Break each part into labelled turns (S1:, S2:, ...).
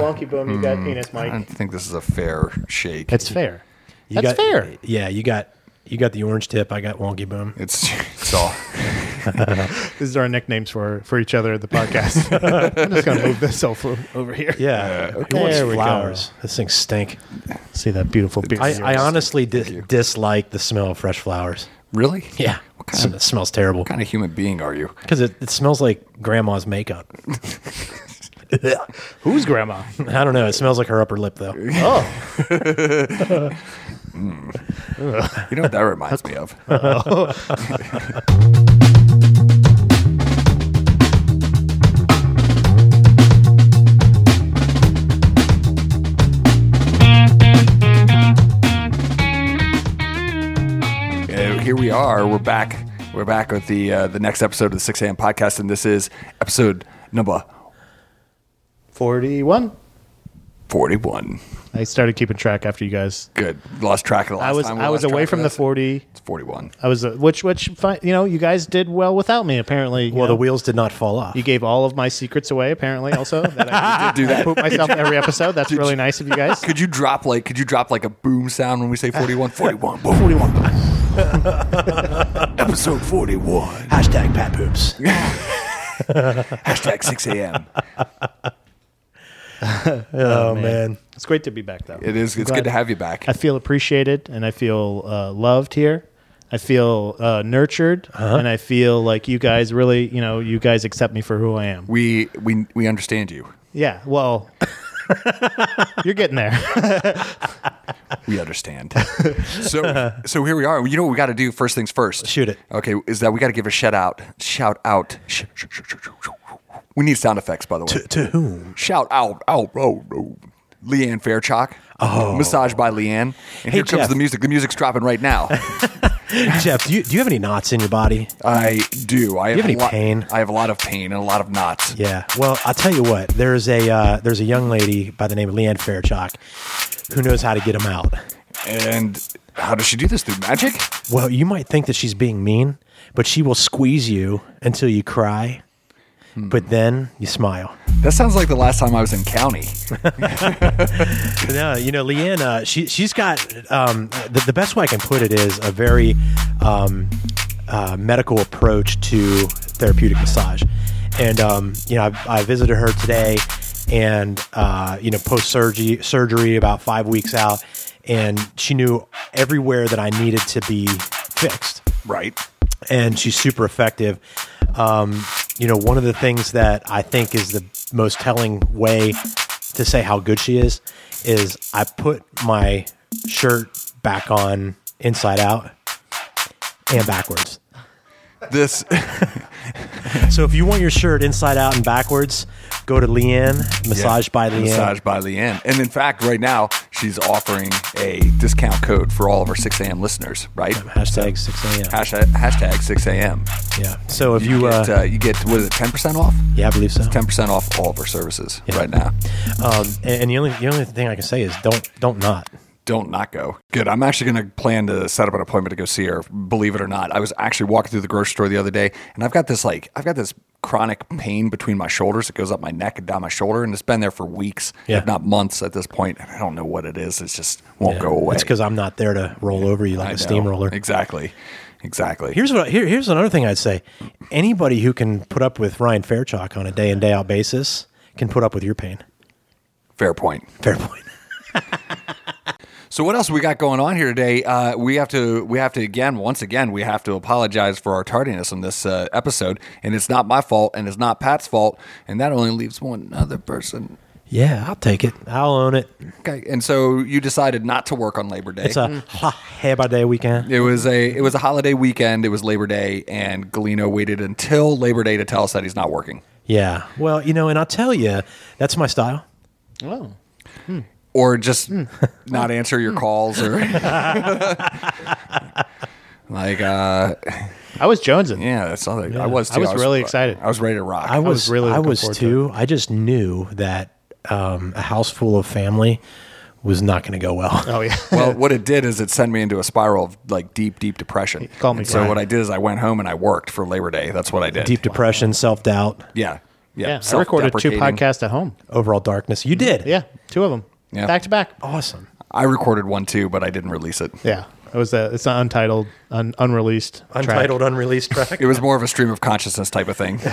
S1: Funky Boom, you got Penis
S2: Uh, I
S1: Mike.
S2: don't think this is a fair shake.
S3: It's fair.
S4: You
S3: That's
S4: got-
S3: fair.
S4: Yeah, you got you got the orange tip. I got wonky boom.
S2: It's it's all.
S1: This is our nicknames for for each other at the podcast. I'm just gonna move this over over here.
S4: Yeah, who wants
S1: There we go.
S4: flowers? This thing stink.
S1: See that beautiful beard.
S4: I,
S1: of
S4: I
S1: yours.
S4: honestly di-
S2: you.
S4: dislike the smell of fresh flowers.
S2: Really?
S4: Yeah,
S2: What
S4: So-
S2: kind
S4: it
S2: of
S4: smells terrible
S2: kind of human being are you?
S4: because it, it smells like grandma's makeup.
S1: Who's grandma?
S4: I don't know. It smells like her upper lip though.
S1: Oh,
S2: You know what that reminds me of? Uh, here we are. We're back. We're back with the uh, the next episode of the Six AM podcast, and this is episode number
S1: 41.
S2: forty one.
S1: I started keeping track after you guys.
S2: Good. Lost track of the last
S1: I was
S2: time. we
S1: I was
S2: lost track
S1: away
S2: of
S1: from the
S2: this.
S1: 40.
S2: It's forty one.
S1: I was uh, which which fi- you know you guys did well without me apparently. you
S4: Well, the
S1: know.
S4: wheels did not fall off.
S1: You gave all of my secrets away, apparently. Also, that Ah. I
S2: Did do that.
S1: poop myself every episode. That's
S2: Did
S1: really
S2: you-
S1: nice of you guys.
S2: Could you drop like could you drop like a boom sound when we say 41? 41. boom, 41. Episode 41.
S4: Hashtag pat poops.
S2: Hashtag 6 a.m.
S4: Oh man,
S1: It's great to be back, though.
S2: It is it's
S1: Glad-
S2: good to have you back.
S1: I feel appreciated and I feel uh, loved here. I feel uh, nurtured and I feel like you guys really, you know, you guys accept me for who I am.
S2: We we we understand you.
S1: Yeah. Well, you're getting there.
S2: We understand. so so here we are. You know what we got to do first things first.
S4: Shoot it.
S2: Okay, is that we got to give a shout out. Shout out. Sh- sh- sh- sh- sh- sh- We need sound effects by the way.
S4: to whom?
S2: Shout out, out, oh, oh. Leanne Fairchalk. Oh. Massage by Leanne. And here comes
S4: Jeff.
S2: the music. The music's dropping right now.
S4: Jeff, do you, do you have any knots in your body?
S2: I do. I have,
S4: have any
S2: a lot,
S4: pain?
S2: I have a lot of pain and a lot of knots.
S4: Yeah. Well, I'll tell you what. There's a uh, there's a young lady by the name of Leanne Fairchalk who knows how to get them out.
S2: And how does she do this? Through magic?
S4: Well, you might think that she's being mean, but she will squeeze you until you cry, but then you smile.
S2: That sounds like the last time I was in county.
S4: No, you know, Leanne, uh, she, she's got um, the, the best way I can put it is a very um, uh, medical approach to therapeutic massage. And, um, you know, I, I visited her today and, uh, you know, post surgery, surgery about five weeks out. And she knew everywhere that I needed to be fixed
S2: Right.
S4: and she's super effective. Um, you know, one of the things that I think is the most telling way to say how good she is is I put my shirt back on inside out and backwards.
S2: This
S4: So if you want your shirt inside out and backwards, go to Leanne Massage by Leanne.
S2: Massage by Leanne. And in fact, right now, she's offering a discount code for all of our 6 a.m. listeners, right?
S4: Hashtag six a.m.
S2: Hashtag, hashtag 6 a.m.
S4: yeah. So if you,
S2: You,
S4: uh,
S2: get, uh, you get, what is it, 10% off?
S4: yeah, I believe so.
S2: ten percent off all of our services right now.
S4: Um, and, and the only the only thing I can say is don't don't not.
S2: Don't not go. Good. I'm actually going to plan to set up an appointment to go see her. Believe it or not, I was actually walking through the grocery store the other day, and I've got this like I've got this chronic pain between my shoulders. It goes up my neck and down my shoulder, and it's been there for weeks,
S4: Yeah.
S2: if not months at this point. And I don't know what it is. It just won't
S4: Yeah.
S2: go away.
S4: It's because I'm not there to roll over you like
S2: I
S4: a
S2: know.
S4: steamroller.
S2: Exactly. Exactly.
S4: Here's what here, here's another thing I'd say. Anybody who can put up with Ryan Fairchalk on a day in day out basis can put up with your pain.
S2: Fair point.
S4: Fair point.
S2: So what else we got going on here today? Uh, we have to we have to again once again we have to apologize for our tardiness on this uh, episode, and it's not my fault, and it's not Pat's fault, and that only leaves one other person.
S4: Yeah, I'll take it. I'll own it.
S2: Okay, and so you decided not to work on Labor Day.
S4: It's a ha hey by day weekend.
S2: it was a it was a holiday weekend. It was Labor Day, and Galeno waited until Labor Day to tell us that he's not working,
S4: Yeah. Well, you know, and I'll tell you, that's my style.
S1: oh.
S2: or just not answer your calls, or like uh,
S1: I was jonesing.
S2: yeah, that's all. that- I was. Too.
S1: I was really excited.
S2: I was ready to rock.
S4: I was,
S1: really
S4: I
S1: looking
S4: was
S1: forward to
S4: too. I just knew that um, a house full of family was not going to go well.
S1: Oh, yeah.
S2: well, what it did is it sent me into a spiral of like deep, deep depression.
S1: Call me
S2: And so
S1: Brian.
S2: what I did is I went home and I worked for Labor Day. That's what I did.
S4: Deep depression, self doubt.
S2: Yeah.
S1: Yeah, I recorded two
S2: self-deprecating. Oh.
S1: podcasts at home.
S4: Overall darkness. You did.
S1: Yeah, two of them,
S2: Yeah.
S1: back to back.
S4: Awesome.
S2: I recorded one too, but I didn't release it.
S1: Yeah, it was a, it's an untitled, un, unreleased, track.
S4: Untitled unreleased track.
S2: It was more of a stream of consciousness type of thing.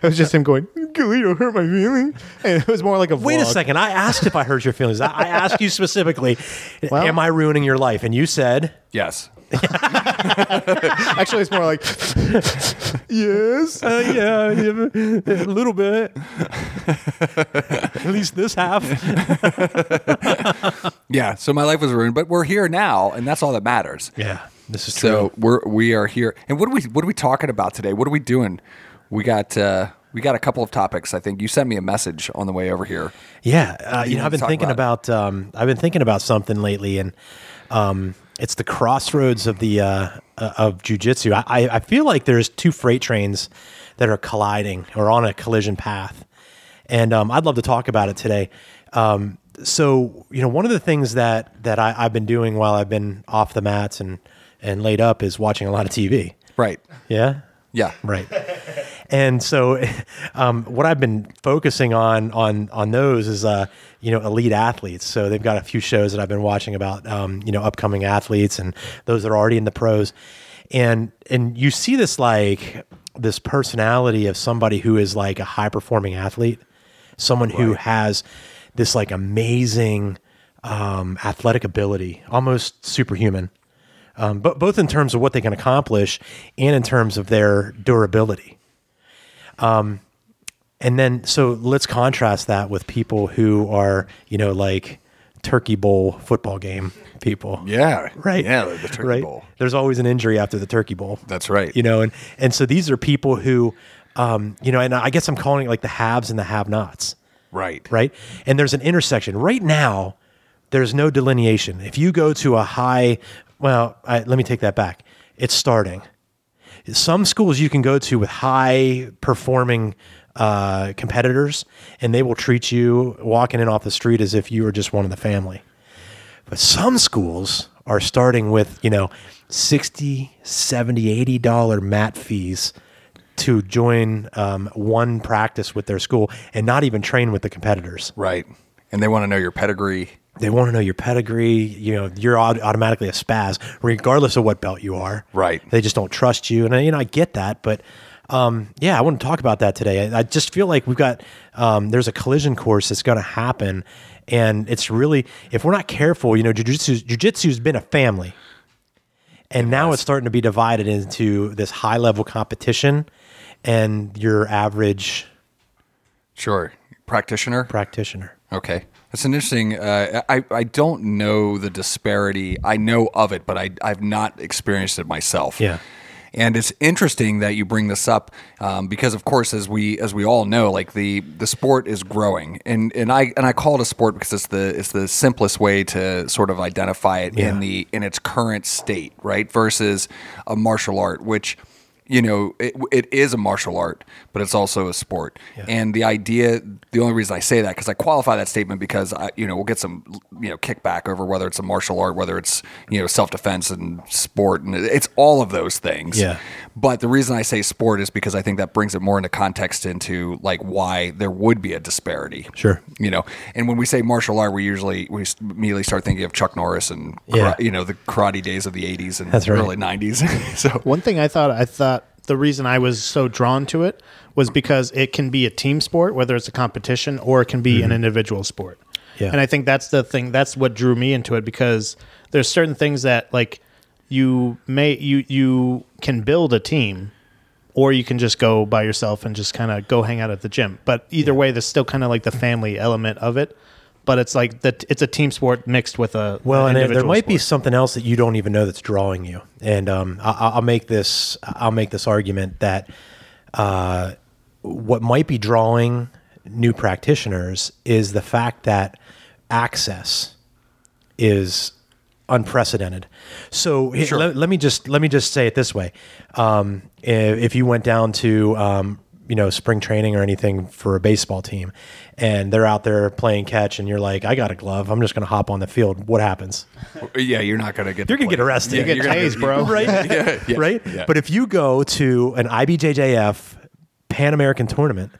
S1: It was just him going, "Galito hurt my feelings," and it was more like a
S4: Wait a
S1: vlog.
S4: second. I asked if I hurt your feelings. I, I asked you specifically, am I ruining your life? And you said,
S2: yes.
S1: Actually, it's more like, "Yes."
S4: uh, yeah, yeah, a little bit. At least this half.
S2: Yeah. So my life was ruined, but we're here now, and that's all that matters.
S4: Yeah, this is true.
S2: So we're we are here. And what are we what are we talking about today? What are we doing? We got uh we got a couple of topics. I think you sent me a message on the way over here.
S4: Yeah, uh, you know,
S2: wanna
S4: I've been
S2: talk
S4: thinking
S2: about
S4: about, um, I've been thinking about something lately, and um, it's the crossroads of the uh, uh, of jujitsu. I, I I feel like there's two freight trains that are colliding or on a collision path, and um, I'd love to talk about it today. Um, so you know, one of the things that that I, I've been doing while I've been off the mats and and laid up is watching a lot of TV.
S2: Right.
S4: Yeah,
S2: Yeah.
S4: right and so um, what i've been focusing on on on those is uh you know elite athletes so they've got a few shows that i've been watching about um, you know upcoming athletes and those that are already in the pros and and you see this like this personality of somebody who is like a high performing athlete someone who has this like amazing um, athletic ability almost superhuman um, but both in terms of what they can accomplish and in terms of their durability. Um, and then, so let's contrast that with people who are, you know, like turkey bowl football game people.
S2: Yeah.
S4: Right.
S2: Yeah. The turkey
S4: Right.
S2: bowl.
S4: There's always an injury after the turkey bowl.
S2: That's right.
S4: You know, and and so these are people who, um, you know, and I guess I'm calling it like the haves and the have-nots
S2: Right.
S4: right? And there's an intersection. Right now, there's no delineation. If you go to a high, well, I, let me take that back. It's starting. Some schools you can go to with high performing uh, competitors, and they will treat you walking in off the street as if you were just one of the family. But some schools are starting with, you know, 60, 70, 80 dollar mat fees to join um, one practice with their school and not even train with the competitors.
S2: Right. And they want to know your pedigree.
S4: They want to know your pedigree. You know, you're aut- automatically a spaz, regardless of what belt you are.
S2: Right.
S4: They just don't trust you, and I- you know I get that, but um, yeah, I want to talk about that today. I, I just feel like we've got um, there's a collision course that's going to happen, and it's really if we're not careful, you know, jujitsu jujitsu's been a family, and now it's starting to be divided into this high level competition and your average
S2: Sure. Practitioner.
S4: practitioner.
S2: Okay. That's an interesting. Uh, I, I don't know the disparity. I know of it, but I, I've not experienced it myself.
S4: Yeah.
S2: And it's interesting that you bring this up um, because, of course, as we as we all know, like the, the sport is growing, and, and I and I call it a sport because it's the it's the simplest way to sort of identify it in the in its current state, right? Versus a martial art, which you know it, it is a martial art but it's also a sport and the idea the only reason i say that because i qualify that statement because i you know we'll get some you know kickback over whether it's a martial art whether it's you know self-defense and sport and it's all of those things
S4: Yeah.
S2: but the reason i say sport is because i think that brings it more into context into like why there would be a disparity
S4: Sure.
S2: you know and when we say martial art we usually we immediately start thinking of chuck norris and kara-
S4: Yeah.
S2: you know the karate days of the 80s and
S4: That's right.
S2: early 90s so
S1: One thing I thought I thought the reason I was so drawn to it was because it can be a team sport, whether it's a competition or it can be an individual sport.
S4: Mm-hmm. Yeah.
S1: And I think that's the thing that's what drew me into it because there's certain things that like you may you you can build a team or you can just go by yourself and just kind of go hang out at the gym. But either way there's still kind of like the family element of it. But it's like that it's a team sport mixed with a
S4: Well,
S1: an
S4: and there- there
S1: individual
S4: might be
S1: sport.
S4: something else that you don't even know that's drawing you. And um, I, I- I'll make this I'll make this argument that uh, what might be drawing new practitioners is the fact that access is unprecedented. So he- let, let me just let me just say it this way: um, i- if, you went down to um, you know spring training or anything for a baseball team, and they're out there playing catch, and you're like, I got a glove, I'm just going to hop on the field. What happens?
S2: Yeah, you're not gonna get.
S4: You're going to get arrested,
S1: You get
S2: you're gonna-
S1: tased, bro.
S4: right?
S2: Yeah, yeah,
S4: right.
S2: yeah.
S4: But if you go to an IBJJF Pan American tournament.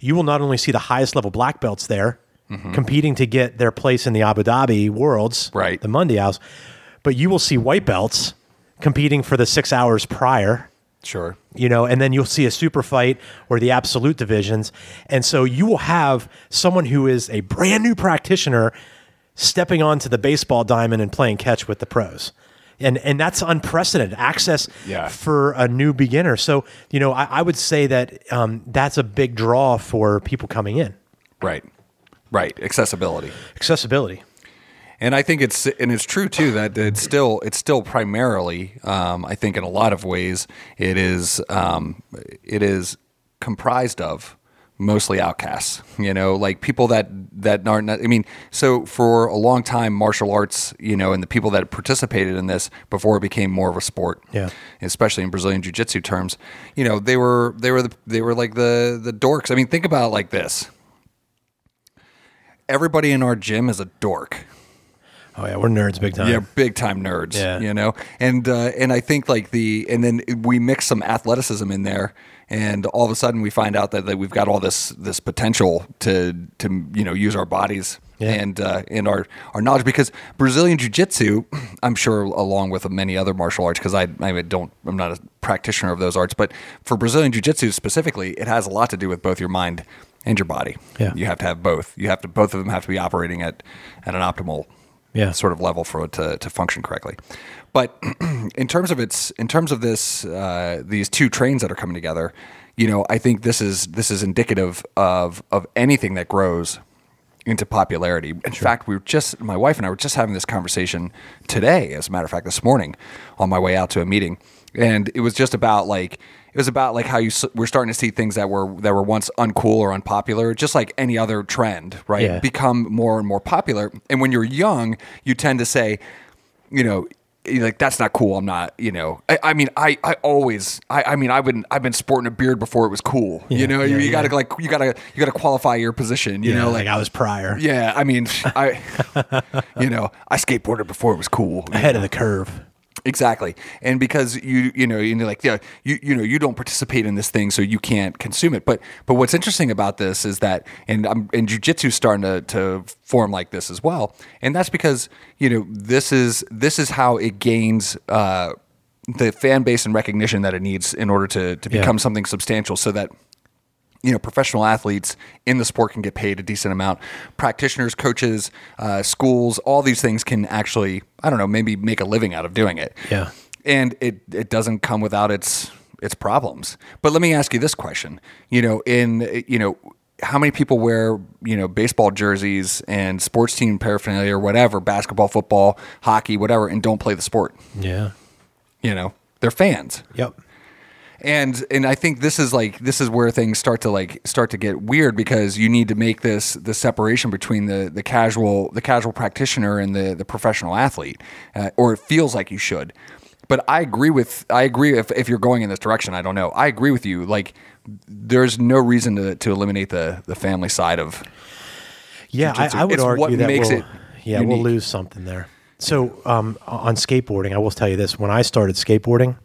S4: you will not only see the highest level black belts there competing to get their place in the Abu Dhabi Worlds,
S2: Right.
S4: the Mundials, but you will see white belts competing for the six hours prior
S2: Sure.
S4: you know, and then you'll see a super fight or the absolute divisions. And so you will have someone who is a brand new practitioner stepping onto the baseball diamond and playing catch with the pros. And, and that's unprecedented access
S2: Yeah.
S4: for a new beginner. So, you know, I, I would say that um, that's a big draw for people coming in.
S2: Right. Right. Accessibility.
S4: Accessibility.
S2: And I think it's and it's true too that it's still it's still primarily um, I think in a lot of ways it is um, it is comprised of mostly outcasts you know like people that that aren't I mean so for a long time martial arts you know and the people that participated in this before it became more of a sport
S4: Yeah.
S2: especially in Brazilian jiu-jitsu terms you know they were they were the, they were like the the dorks I mean think about it like this everybody in our gym is a dork
S4: Oh, yeah, we're nerds big time.
S2: yeah, big time nerds.
S4: Yeah.
S2: you know, and uh, and I think like the and then we mix some athleticism in there, and all of a sudden we find out that, that we've got all this this potential to to you know use our bodies
S4: Yeah.
S2: and uh, and our our knowledge because Brazilian jiu jitsu, I'm sure along with many other martial arts because I I don't I'm not a practitioner of those arts, but for Brazilian jiu jitsu specifically, it has a lot to do with both your mind and your body.
S4: Yeah.
S2: you have to have both. You have to both of them have to be operating at at an optimal
S4: Yeah.
S2: sort of level for it to, to function correctly. But in terms of its in terms of this uh, these two trains that are coming together, you know, I think this is this is indicative of of anything that grows into popularity. In fact, we were just my wife and I were just having this conversation today, as a matter of fact, this morning on my way out to a meeting, and it was just about like it was about like how you s- we're starting to see things that were that were once uncool or unpopular, just like any other trend, right?
S4: Yeah.
S2: Become more and more popular, and when you're young, you tend to say, you know. you're Like that's not cool. I'm not, you know. I, I mean, I, I always, I, I mean, I've been, I've been sporting a beard before it was cool. you know, you,
S4: yeah,
S2: you gotta like, you gotta, you gotta qualify your position. You
S4: You
S2: know,
S4: like I was prior,
S2: yeah, I mean, I, you know, I skateboarded before it was cool.
S4: ahead of the curve.
S2: Exactly, and because you, you know, you're like, yeah, you, you know, you don't participate in this thing, so you can't consume it. But, but what's interesting about this is that, and I'm, and jujitsu's starting to, to form like this as well, and that's because you know this is this is how it gains. Uh, the fan base and recognition that it needs in order to, to
S4: Yeah.
S2: become something substantial so that you know professional athletes in the sport can get paid a decent amount practitioners coaches uh, schools all these things can actually i don't know maybe make a living out of doing it
S4: Yeah.
S2: and it it doesn't come without its its problems but let me ask you this question you know in you know how many people wear you know baseball jerseys and sports team paraphernalia or whatever basketball football hockey whatever and don't play the sport
S4: Yeah.
S2: you know they're fans
S4: Yep.
S2: and and I think this is like this is where things start to like start to get weird because you need to make this the separation between the the casual the casual practitioner and the the professional athlete, uh, or it feels like you should. But I agree with I agree if if you're going in this direction. I don't know. I agree with you. Like there's no reason to to eliminate the the family side of
S4: Yeah, I,
S2: jujitsu.
S4: I would
S2: It's
S4: argue
S2: what
S4: that
S2: makes
S4: we'll,
S2: it
S4: yeah, we'll
S2: unique.
S4: lose something there. So um, on skateboarding, I will tell you this: when I started skateboarding,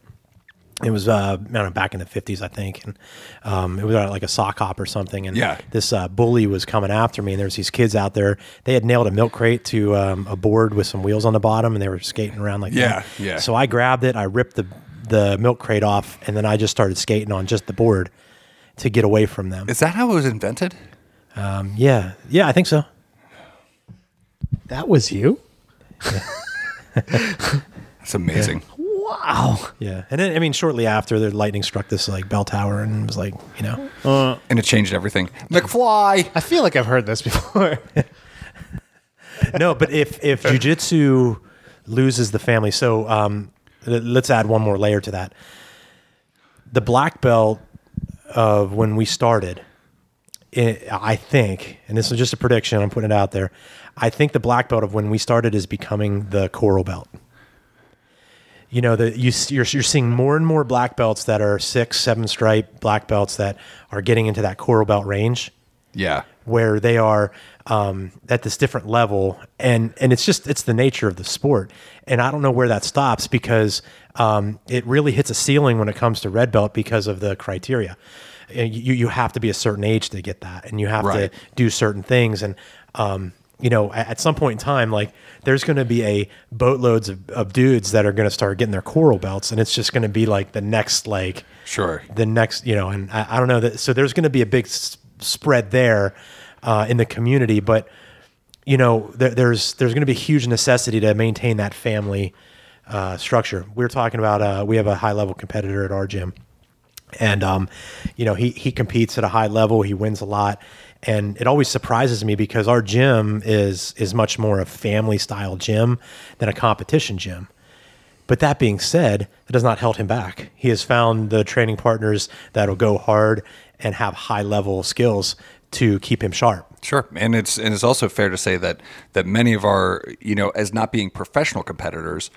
S4: it was uh, I don't know, back in the fifties, I think, and um, it was uh, like a sock hop or something. And
S2: Yeah.
S4: this uh, bully was coming after me, and there was these kids out there. They had nailed a milk crate to um, a board with some wheels on the bottom, and they were skating around like
S2: Yeah,
S4: that.
S2: yeah.
S4: So I grabbed it, I ripped the the milk crate off, and then I just started skating on just the board to get away from them.
S2: is that how it was invented?
S4: yeah, yeah, I think so.
S1: That was you?
S2: That's amazing.
S1: Wow.
S4: Yeah, and then I mean, shortly after the lightning struck this like bell tower, and it was like, you know,
S2: And it changed everything. McFly.
S1: I feel like I've heard this before.
S4: no. But if if jujitsu loses the family, so um, l- let's add one more layer to that. The black belt of when we started, it, I think, and this is just a prediction. I'm putting it out there. I think the black belt of when we started is becoming the coral belt. you know the you s- you're, you're seeing more and more black belts that are six seven stripe black belts that are getting into that coral belt range
S2: Yeah.
S4: where they are um, at this different level and and it's just it's the nature of the sport and i don't know where that stops because um, it really hits a ceiling when it comes to red belt because of the criteria and you you have to be a certain age to get that, and you have
S2: Right.
S4: to do certain things, and um, you know, a- at, some point in time, like there's going to be a boatloads of, of dudes that are going to start getting their coral belts, and it's just going to be like the next like
S2: Sure.
S4: the next you know, and I, I don't know that. So there's going to be a big s- spread there uh, in the community, but you know, there, there's there's going to be a huge necessity to maintain that family uh, structure. We are talking about uh, we have a high level competitor at our gym, and um, you know he he competes at a high level. He wins a lot, and it always surprises me because our gym is is much more a family style gym than a competition gym. But that being said, that has not held him back. He has found the training partners that'll go hard and have high level skills to keep him sharp.
S2: Sure, and it's and it's also fair to say that that many of our you know as not being professional competitors,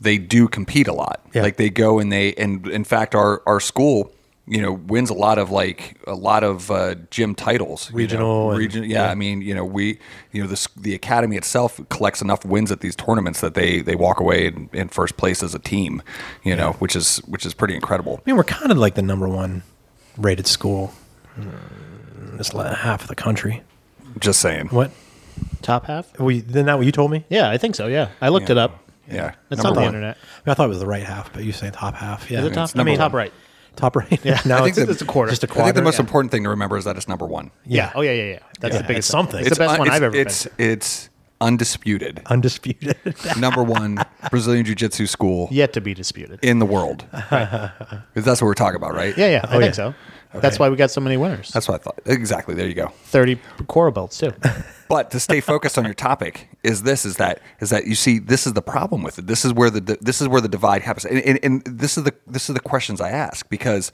S2: they do compete a lot.
S4: Yeah.
S2: Like they go and they and in fact our our school you know wins a lot of like a lot of uh, gym titles you know.
S4: Regional and-
S2: region yeah, I mean you know we you know this the academy itself collects enough wins at these tournaments that they they walk away in, in first place as a team you know which is which is pretty incredible
S4: I mean, we're kind of like the number one rated school in this la- half of the country.
S2: just saying
S4: What?
S1: Top half?
S4: We, isn't that what you told me?
S1: Yeah, I think so. Yeah, I looked it up.
S2: yeah
S1: It's
S2: number
S1: on the
S2: one.
S1: internet.
S4: I, mean, I thought it was the right half, but you say top half. Yeah,
S1: Is it top?
S2: number
S1: I mean,
S2: one.
S1: top right.
S4: top right. Yeah, no,
S1: I think
S4: it's,
S1: it's a quarter.
S4: Just a
S1: I
S2: I
S4: quarter.
S2: think the most important thing to remember is that it's number one.
S1: Yeah. Oh yeah, yeah, yeah. That's
S4: Yeah,
S1: the biggest
S4: it's something.
S1: It's, the best
S2: un-
S1: one I've ever
S2: it's,
S1: been.
S2: It's undisputed.
S4: undisputed.
S2: Number one Brazilian Jiu Jitsu school
S1: Yet to be disputed.
S2: in the world. Because that's what we're talking about, right?
S1: yeah, yeah. I
S4: Oh,
S1: think
S4: yeah.
S1: so. That's why we got so many winners.
S2: That's what I thought. Exactly. There you go.
S1: Thirty coral belts too.
S2: But to stay focused on your topic is this is that is that you see this is the problem with it. This is where the this is where the divide happens, and, and, and this is the this is the questions I ask because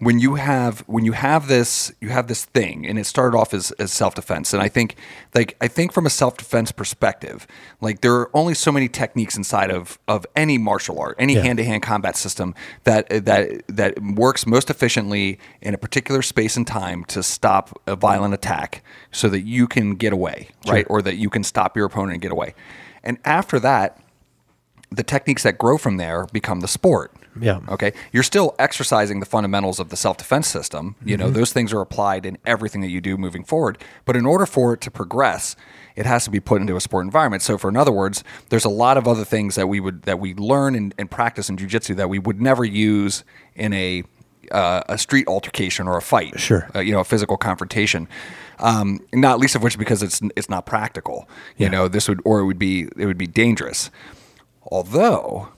S2: when you have when you have this you have this thing, and it started off as, as self defense, and I think like I think from a self defense perspective, like there are only so many techniques inside of of any martial art, any
S4: Yeah.
S2: hand to hand combat system that uh, that that works most efficiently in a particular space and time to stop a violent attack so that you can get away, right? Or that you can stop your opponent and get away. And after that, the techniques that grow from there become the sport.
S4: Yeah.
S2: Okay. You're still exercising the fundamentals of the self defense system. You
S4: Mm-hmm.
S2: know, those things are applied in everything that you do moving forward. But in order for it to progress, it has to be put into a sport environment. So, for in other words, there's a lot of other things that we would that we learn and, and practice in jujitsu that we would never use in a uh, a street altercation or a fight.
S4: Sure.
S2: Uh, you know, a physical confrontation. Um, not least of which because it's it's not practical. You know, this would or it would be it would be dangerous. Although,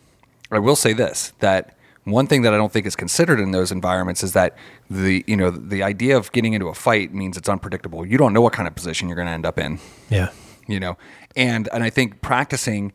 S2: I will say this that one thing that I don't think is considered in those environments is that the you know the idea of getting into a fight means it's unpredictable. You don't know what kind of position you're going to end up in
S4: yeah,
S2: you know and and i think practicing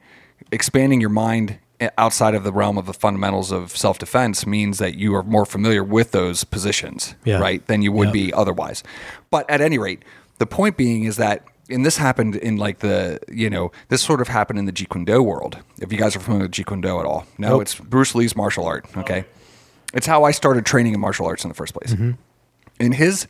S2: expanding your mind outside of the realm of the fundamentals of self-defense means that you are more familiar with those positions
S4: Yeah.
S2: right than you would
S4: Yeah.
S2: be otherwise but at any rate the point being is that and this happened in like the you know this sort of happened in the jeet kune do world if you guys are familiar with jeet kune do at all no
S4: Nope.
S2: it's bruce lee's martial art okay it's how i started training in martial arts in the first
S4: Mm-hmm.
S2: place in his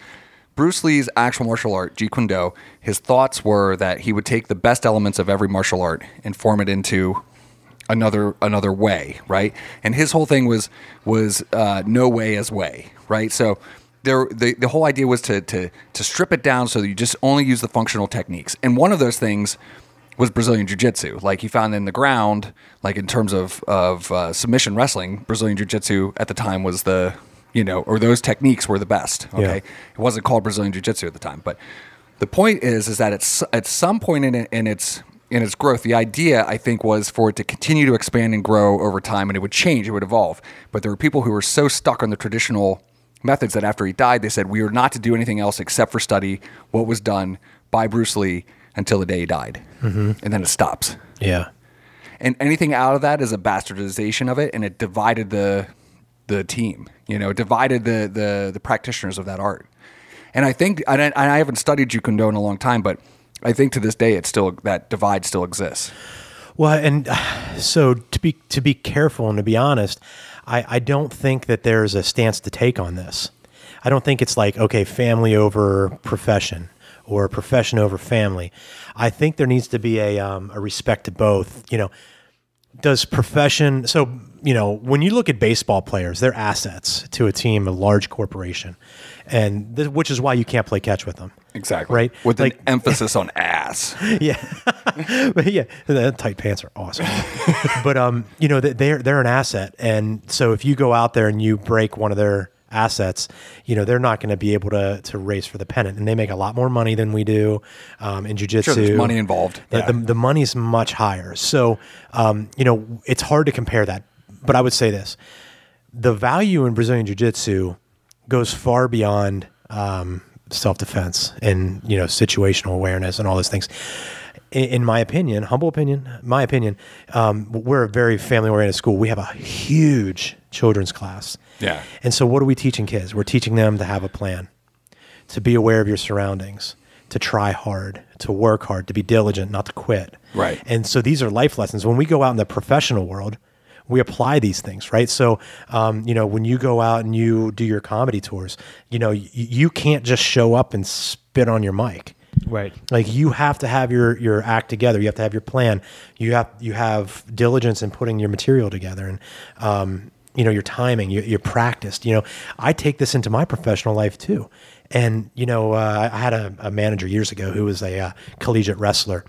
S2: Bruce Lee's actual martial art, Jeet Kune Do, his thoughts were that he would take the best elements of every martial art and form it into another another way, right? And his whole thing was was uh, no way as way, right? So there, the, the whole idea was to, to to strip it down so that you just only use the functional techniques. And one of those things was Brazilian Jiu Jitsu. Like he found in the ground, like in terms of of uh, submission wrestling, Brazilian Jiu Jitsu at the time was the you know, or those techniques were the best. Okay, it wasn't called Brazilian Jiu Jitsu at the time, but the point is, is that it's at some point in, it- in its in its growth, the idea I think was for it to continue to expand and grow over time, and it would change, it would evolve. But there were people who were so stuck on the traditional methods that after he died, they said we are not to do anything else except for study what was done by Bruce Lee until the day he died, and then it stops
S4: yeah.
S2: and anything out of that is a bastardization of it and it divided the the team you know it divided the the, the practitioners of that art and i think and I, and I haven't studied jukundo in a long time but i think to this day it's still that divide still exists
S4: Well, and uh, so to be to be careful and to be honest, I, I don't think that there's a stance to take on this. I don't think it's like okay, family over profession or profession over family. I think there needs to be a um, a respect to both. You know, does profession so you know when you look at baseball players they're assets to a team a large corporation and th- which is why you can't play catch with them
S2: Exactly.
S4: right
S2: With
S4: like
S2: an emphasis on ass.
S4: yeah but yeah the tight pants are awesome but um you know th- they're they're an asset and so if you go out there and you break one of their assets you know they're not going to be able to to race for the pennant and they make a lot more money than we do um in jiu-jitsu
S2: Sure, there's money involved.
S4: the, the, the money's much higher. So, um, you know, it's hard to compare that. But I would say this the value in Brazilian Jiu Jitsu goes far beyond um, self defense and, you know, situational awareness and all those things. In, in my opinion, humble opinion, my opinion, um, we're a very family oriented school. We have a huge children's class.
S2: Yeah.
S4: And so, what are we teaching kids? We're teaching them to have a plan, to be aware of your surroundings, to try hard, to work hard, to be diligent, not to quit.
S2: Right.
S4: And so, these are life lessons. When we go out in the professional world, we apply these things, right? So, um, you know, when you go out and you do your comedy tours, you know, you, you can't just show up and spit on your mic
S1: Right.
S4: like you have to have your your act together you have to have your plan you have you have diligence in putting your material together and um, you know your timing you, you're practiced you know i take this into my professional life too and you know uh, i had a, a manager years ago who was a uh, collegiate wrestler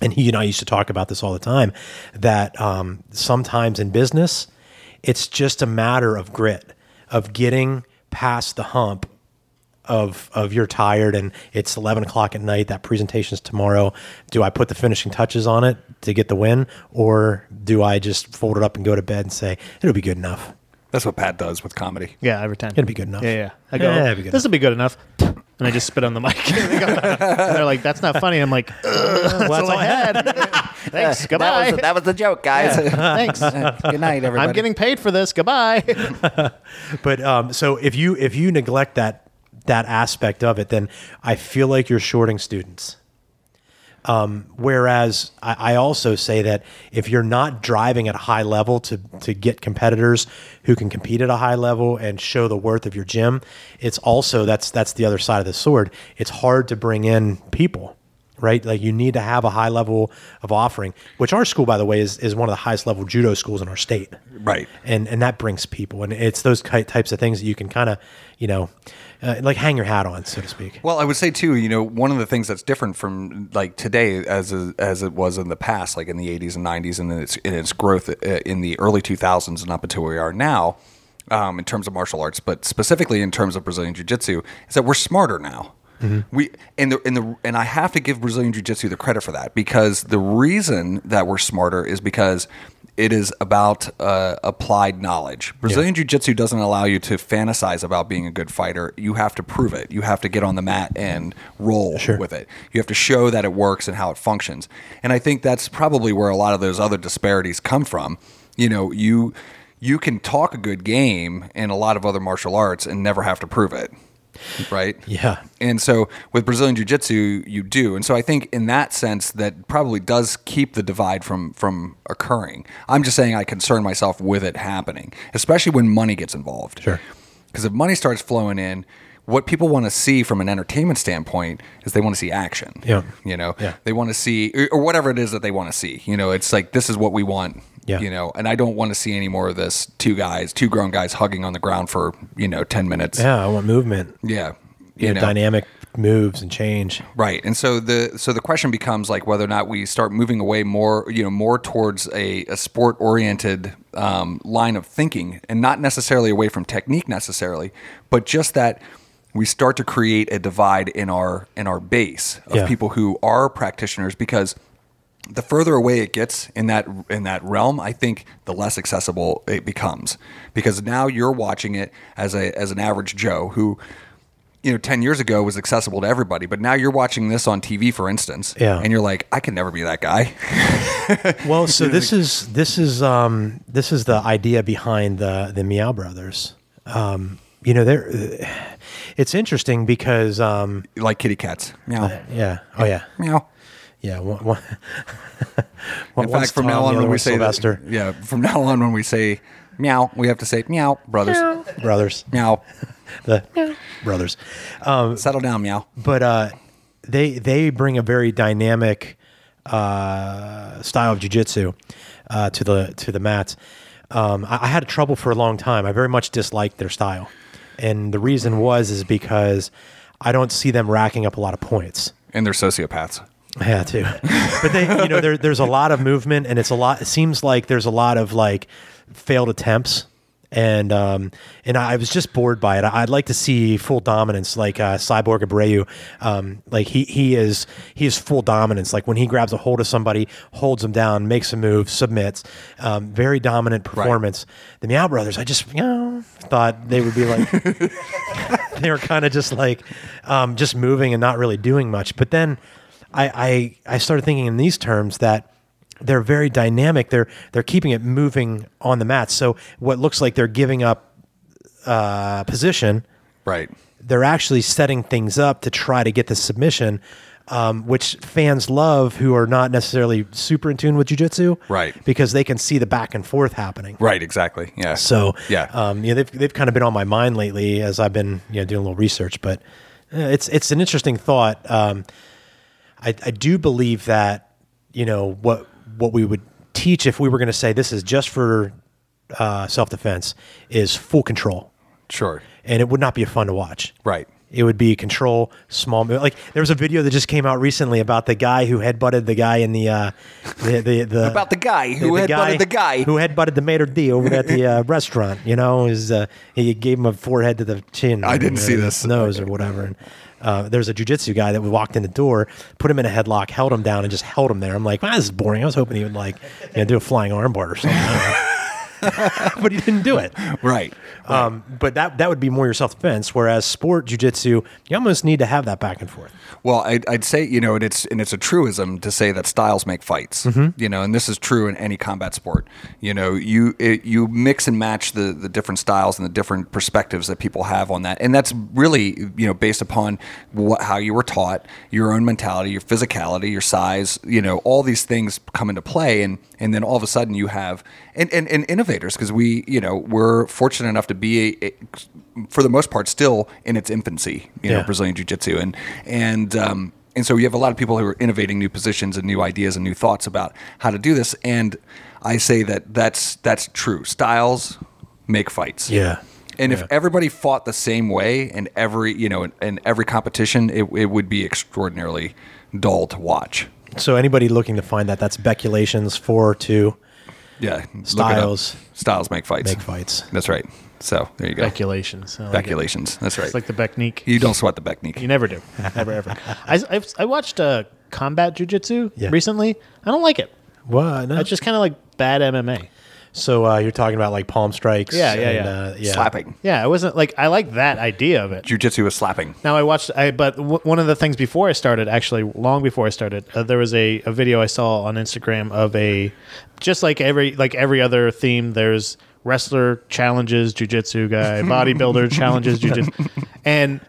S4: and he and i used to talk about this all the time that um, sometimes in business it's just a matter of grit of getting past the hump of of you're tired and it's 11 o'clock at night that presentation's tomorrow do i put the finishing touches on it to get the win or do i just fold it up and go to bed and say it'll be good enough
S2: That's what Pat does with comedy.
S1: Yeah, every time.
S4: it'll be good enough
S1: Yeah, yeah. I go,
S4: Yeah, it'd be good
S1: this will be good enough. And I just spit on the mic. and they go- and they're like, that's not funny. I'm like, "Ugh, that's all I had. Thanks. Goodbye.
S2: was the joke, guys.
S1: Thanks.
S2: Good night, everybody.
S1: I'm getting paid for this. Goodbye.
S4: but um, so if you if you neglect that that aspect of it then i feel like you're shorting students Um, Whereas I, I also say that if you're not driving at a high level to to get competitors who can compete at a high level and show the worth of your gym, it's also that's that's the other side of the sword. It's hard to bring in people, right? Like you need to have a high level of offering, which our school, by the way, is is one of the highest level judo schools in our state
S2: Right.
S4: and and that brings people and it's those ki- types of things that you can kind of you know uh, like hang your hat on so to speak
S2: Well, I would say too, you know, one of the things that's different from like today as as it was in the past, like in the 80s and 90s, and in its, in its growth uh, in the early 2000s and up until where we are now, um, in terms of martial arts, but specifically in terms of Brazilian jiu-jitsu, is that we're smarter now. We and the and the and I have to give Brazilian jiu-jitsu the credit for that because the reason that we're smarter is because it is about uh, applied knowledge. Brazilian Jiu Jitsu doesn't allow you to fantasize about being a good fighter. You have to prove it. You have to get on the mat and roll with it. You have to show that it works and how it functions. And I think that's probably where a lot of those other disparities come from. You know, you you can talk a good game in a lot of other martial arts and never have to prove it. Right?
S4: yeah
S2: And so with Brazilian Jiu Jitsu, you do. And so I think in that sense, that probably does keep the divide from, from occurring. I'm just saying I concern myself with it happening, especially when money gets involved.
S4: Sure.
S2: Because if money starts flowing in, what people want to see from an entertainment standpoint is they want to see action.
S4: Yeah.
S2: You know,
S4: Yeah.
S2: they want to see, or- or whatever it is that they want to see. You know, it's like, this is what we want.
S4: Yeah.
S2: You know, and I don't want to see any more of this two guys, two grown guys hugging on the ground for, you know, 10 minutes.
S4: yeah i want movement
S2: Yeah.
S4: you know, dynamic moves and change
S2: Right. And so the so the question becomes like whether or not we start moving away more, you know, more towards a, a sport oriented um, line of thinking and not necessarily away from technique necessarily, but just that we start to create a divide in our in our base of
S4: Yeah.
S2: people who are practitioners because the further away it gets in that in that realm, I think the less accessible it becomes because now you're watching it as a as an average Joe who you know 10 years ago was accessible to everybody but now you're watching this on TV for instance
S4: Yeah.
S2: and you're like I can never be that guy
S4: Well, so this is this is um, this is the idea behind the the Meow Brothers. Um, you know, they're uh, it's interesting because um,
S2: like kitty cats meow
S4: yeah, oh yeah,
S2: meow
S4: yeah. One, one,
S2: in fact from now on when we say that-
S4: Sylvester
S2: yeah from now on when we say meow we have to say meow brothers
S4: brothers,
S2: meow
S4: the brothers, Um,
S2: settle down meow
S4: but uh, they they bring a very dynamic uh, style of jujitsu. uh, to the to the mats. Um, I, I had trouble for a long time. I very much disliked their style, and the reason was is because I don't see them racking up a lot of points.
S2: and they're sociopaths.
S4: Yeah, too. But they, you know, there, there's a lot of movement, and it's a lot. It seems like there's a lot of like failed attempts, and um, and I was just bored by it. I- I'd like to see full dominance, like uh, Cyborg Abreu. Um, like he he is he is full dominance. Like when he grabs a hold of somebody, holds them down, makes a move, submits. Um, very dominant performance. The Meow Brothers, I just you know thought they would be like they were kind of just like um, just moving and not really doing much. But then I, I I started thinking in these terms that they're very dynamic. They're they're keeping it moving on the mat. So what looks like they're giving up uh, position,
S2: Right.
S4: they're actually setting things up to try to get the submission. Um, which fans love who are not necessarily super in tune with jujitsu,
S2: Right.
S4: Because they can see the back and forth happening,
S2: Right. Exactly. Yeah.
S4: so
S2: Yeah.
S4: um, you know they've they've kind of been on my mind lately as I've been you know doing a little research, but uh, it's it's an interesting thought. Um, I I do believe that you know what what we would teach if we were going to say this is just for uh, self defense is full control,
S2: sure.
S4: and it would not be fun to watch.
S2: Right.
S4: It would be control, small move. Like there was a video that just came out recently about the guy who headbutted the guy in the uh, the, the, the
S2: About the guy who headbutted the guy.
S4: who headbutted the maitre d over at the uh, restaurant. You know, is uh, he gave him a forehead to the chin.
S2: I didn't
S4: or
S2: see
S4: the
S2: this.
S4: nose or whatever. And uh, there's a jujitsu guy that walked in the door, put him in a headlock, held him down, and just held him there. I'm like, wow, this is boring. I was hoping he would like you know, do a flying armbar or something. but he didn't do it.
S2: Right.
S4: Um, but that that would be more your self defense. Whereas sport jujitsu, you almost need to have that back and forth.
S2: Well, I'd, I'd say you know, and it's and it's a truism to say that styles make fights. You know, and this is true in any combat sport. You know, you it, you mix and match the the different styles and the different perspectives that people have on that, and that's really you know based upon what how you were taught, your own mentality, your physicality, your size. You know, all these things come into play, and and then all of a sudden you have and and, and innovators because we you know we're fortunate enough to be a, a- for the most part still in its infancy. You know,
S4: Yeah.
S2: Brazil. Brazilian Jiu Jitsu. And, and, um, and so you have a lot of people who are innovating new positions and new ideas and new thoughts about how to do this. And I say that that's, that's true. Styles make fights.
S4: Yeah.
S2: And if everybody fought the same way in every, you know, in, in every competition, it, it would be extraordinarily dull to watch.
S4: So anybody looking to find that, that's speculations for to
S2: Yeah. look it up.
S4: Styles.
S2: Styles make fights.
S4: make fights.
S2: That's right. So there you go.
S1: Speculations. I like it.
S2: Speculations. That's right.
S1: It's like the Beckneek.
S2: you don't sweat the Beckneek.
S1: You never do. Never ever. I, I've, I watched uh, combat jujitsu
S4: Yeah.
S1: recently. I don't like it.
S4: Well, no.
S1: It's just kind of like bad MMA.
S4: so uh, you're talking about like palm strikes.
S1: Yeah, yeah,
S4: and,
S1: yeah.
S4: Uh, yeah.
S2: Slapping.
S1: Yeah, it wasn't like I like that idea of it.
S2: Jiu Jitsu is slapping.
S1: Now I watched, I but w- one of the things before I started, actually long before I started, uh, there was a, a video I saw on Instagram of a just like every like every other theme. There's wrestler challenges jujitsu guy, bodybuilder challenges jujitsu, and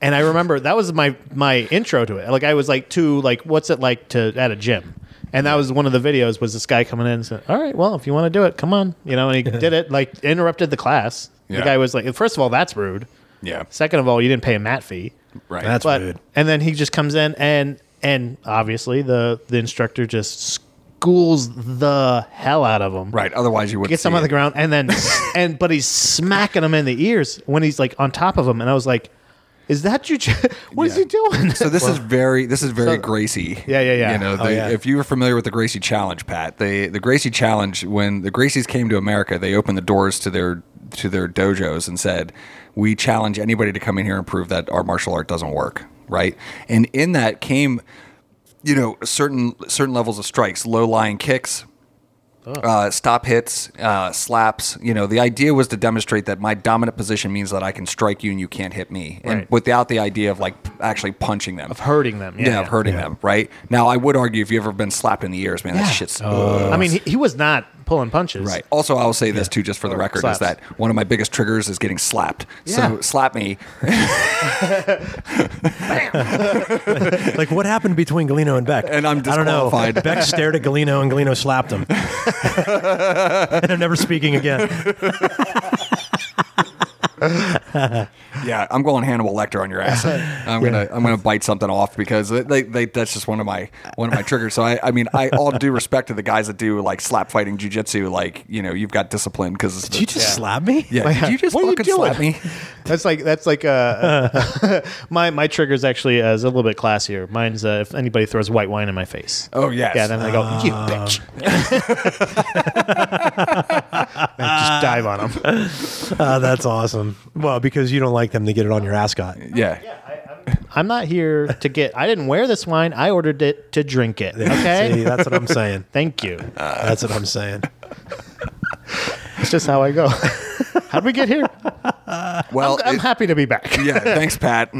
S1: and I remember that was my my intro to it. Like I was like to like what's it like to at a gym. And that was one of the videos was this guy coming in and said, "All right, well, if you want to do it, come on." You know, and he did it. Like interrupted the class.
S2: Yeah.
S1: The guy was like, first of all, that's rude."
S2: Yeah.
S1: Second of all, you didn't pay a mat fee.
S2: Right.
S4: That's
S1: But
S4: rude.
S1: and then he just comes in and and obviously the the instructor just schools the hell out of him.
S2: right. Otherwise, you would
S1: Gets him on the ground and then and but he's smacking him in the ears when he's like on top of him and I was like is that you What is
S2: Yeah.
S1: he doing?
S2: So this is very this is very Gracie.
S1: Yeah, yeah, yeah.
S2: You know,
S1: Oh,
S2: they,
S4: yeah.
S2: if you were familiar with the Gracie Challenge, Pat, they the Gracie Challenge when the Gracies came to America, they opened the doors to their to their dojos and said, "We challenge anybody to come in here and prove that our martial art doesn't work." Right? And in that came you know certain certain levels of strikes, low lying kicks,
S1: Oh.
S2: uh, stop hits, uh, slaps. You know, the idea was to demonstrate that my dominant position means that I can strike you and you can't hit me, and
S1: Right.
S2: without the idea of like p- actually punching them,
S1: Of hurting them. Yeah,
S2: yeah, of hurting them. Right now, I would argue if you've ever been slapped in the ears, man, that
S1: Yeah. Oh,
S2: shit's uh,
S1: I mean, he, he was not pulling punches.
S2: Right. Also, I'll say this too, just for the record,
S1: Oh, slaps.
S2: is that one of my biggest triggers is getting slapped. So
S1: Yeah.
S2: slap me.
S4: Like what happened between Galeno and Beck?
S2: And I'm
S4: I don't know.
S2: disqualified.
S4: Beck stared at Galeno and Galeno slapped him. and I'm never speaking again.
S2: Yeah, I'm going Hannibal Lecter on your ass. I'm gonna I'm gonna bite something off because they, they, they that's just one of my one of my triggers. So I, I mean I all due respect to the guys that do like slap fighting jujitsu. Like you know you've got discipline because
S4: Did you just slap me?
S2: yeah did you just
S1: What are you
S2: fucking slap
S1: doing?
S2: me?
S1: That's like that's like uh, my my trigger's actually uh, is a little bit classier. Mine's uh, if anybody throws white wine in my face.
S2: Oh yes. Ah.
S1: Yeah, then I go, you bitch. I just dive on them.
S4: Uh, that's awesome. Well, because you don't like them to get it on your ascot.
S2: yeah.
S1: I'm not here to get. I didn't wear this wine. I ordered it to drink it.
S4: See,
S1: Okay.
S4: that's what I'm saying.
S1: Thank you.
S2: Uh.
S4: That's what I'm saying.
S1: It's just how I go. How'd we get here?
S2: Well,
S1: I'm
S2: it-
S1: happy to be back.
S2: yeah. Thanks, Pat.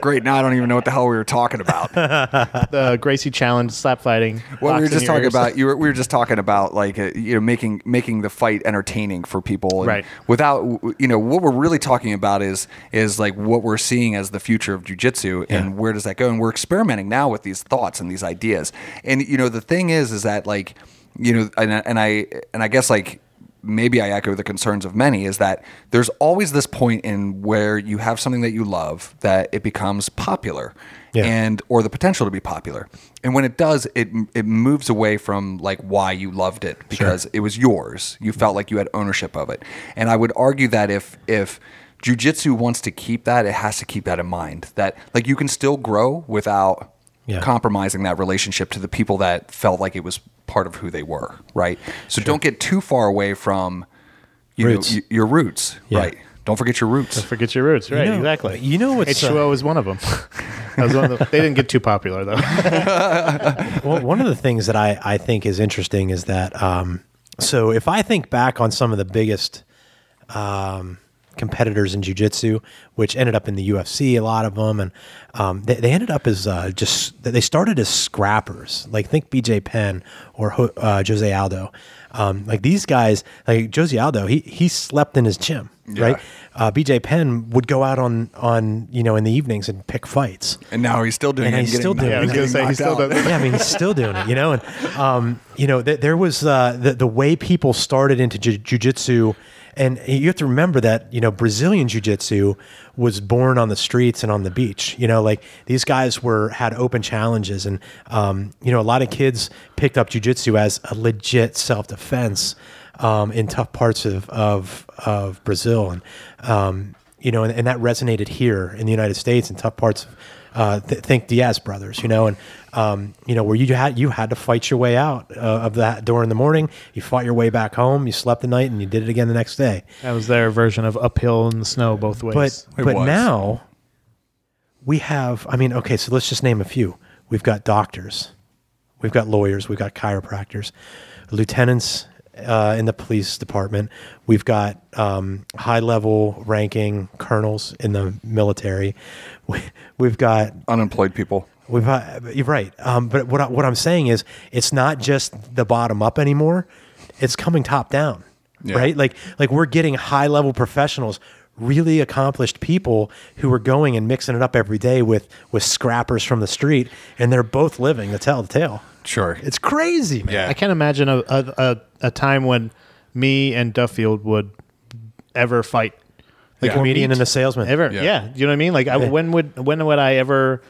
S2: Great. Now I don't even know what the hell we were talking about.
S1: The Gracie challenge, slap fighting.
S2: Well, we were
S1: boxing
S2: just talking
S1: ears.
S2: about you were, we were just talking about like uh, you know making making the fight entertaining for people, and
S1: Right.
S2: Without w- w- you know what we're really talking about is is like what we're seeing as the future of jujitsu and where does that go? And we're experimenting now with these thoughts and these ideas. And you know the thing is is that like you know and, I- and I and I guess like maybe I echo the concerns of many is that there's always this point in where you have something that you love that it becomes popular
S4: Yeah.
S2: and or the potential to be popular. And when it does, it it moves away from like why you loved it because it was yours. You felt like you had ownership of it. And I would argue that if if jujitsu wants to keep that, it has to keep that in mind. That like you can still grow without
S4: Yeah.
S2: compromising that relationship to the people that felt like it was part of who they were. Right. So don't get too far away from you
S4: Roots.
S2: Know, y- your roots.
S4: Yeah.
S2: Right. Don't forget your roots.
S1: Forget your roots, right?
S4: know-
S1: exactly.
S4: you know what's, uh,
S1: H2O is one of them. That was one of the, they didn't get too popular though.
S4: well, one of the things that I, I think is interesting is that um, so if I think back on some of the biggest um, competitors in jujitsu, which ended up in the UFC, a lot of them, and um, they, they ended up as uh, just they started as scrappers. Like think BJ Penn or Ho- uh, Jose Aldo. Um, like these guys, like Jose Aldo, he he slept in his gym, right? Uh, BJ Penn would go out on on you know in the evenings and pick fights
S2: And now he's still doing
S4: And
S2: it.
S4: he's
S2: getting
S4: still doing
S2: knocked-
S4: it. Yeah, I
S2: getting
S1: gonna
S4: was
S1: say, he
S2: knocked
S1: still
S2: out.
S1: does it.
S4: yeah, I mean, he's still doing it, you know. And um, you know, th- there was uh, the the way people started into ju- jujitsu, and you have to remember that you know Brazilian jujitsu was born on the streets and on the beach. You know, like these guys were had open challenges, and um, you know, a lot of kids picked up jujitsu as a legit self defense um, in tough parts of of, of Brazil, and um, you know, and, and that resonated here in the United States in tough parts. Of, uh, th- think Diaz brothers, you know, and um, you know where you had you had to fight your way out uh, of that door in the morning. You fought your way back home. You slept the night, and you did it again the next day.
S1: That was their version of uphill in the snow both ways.
S4: But but
S2: was.
S4: now we have. I mean, okay, so let's just name a few. We've got doctors, we've got lawyers, we've got chiropractors, lieutenants uh, in the police department. We've got um, high level ranking colonels in the military. We, we've got
S2: Unemployed people.
S4: We've, uh, you're right. Um, but what, I, what I'm saying is, it's not just the bottom up anymore. It's coming top down,
S2: Yeah.
S4: right? Like, like we're getting high level professionals, really accomplished people who are going and mixing it up every day with with scrappers from the street, and they're both living to tell the tale.
S2: Sure.
S4: It's crazy, man.
S1: I can't imagine a, a, a, a time when me and Duffield would ever fight.
S4: A
S1: Like or
S4: comedian
S1: meet.
S4: and a salesman.
S1: ever.
S2: Yeah.
S1: Yeah. you know what I mean. Like I, when would when would I ever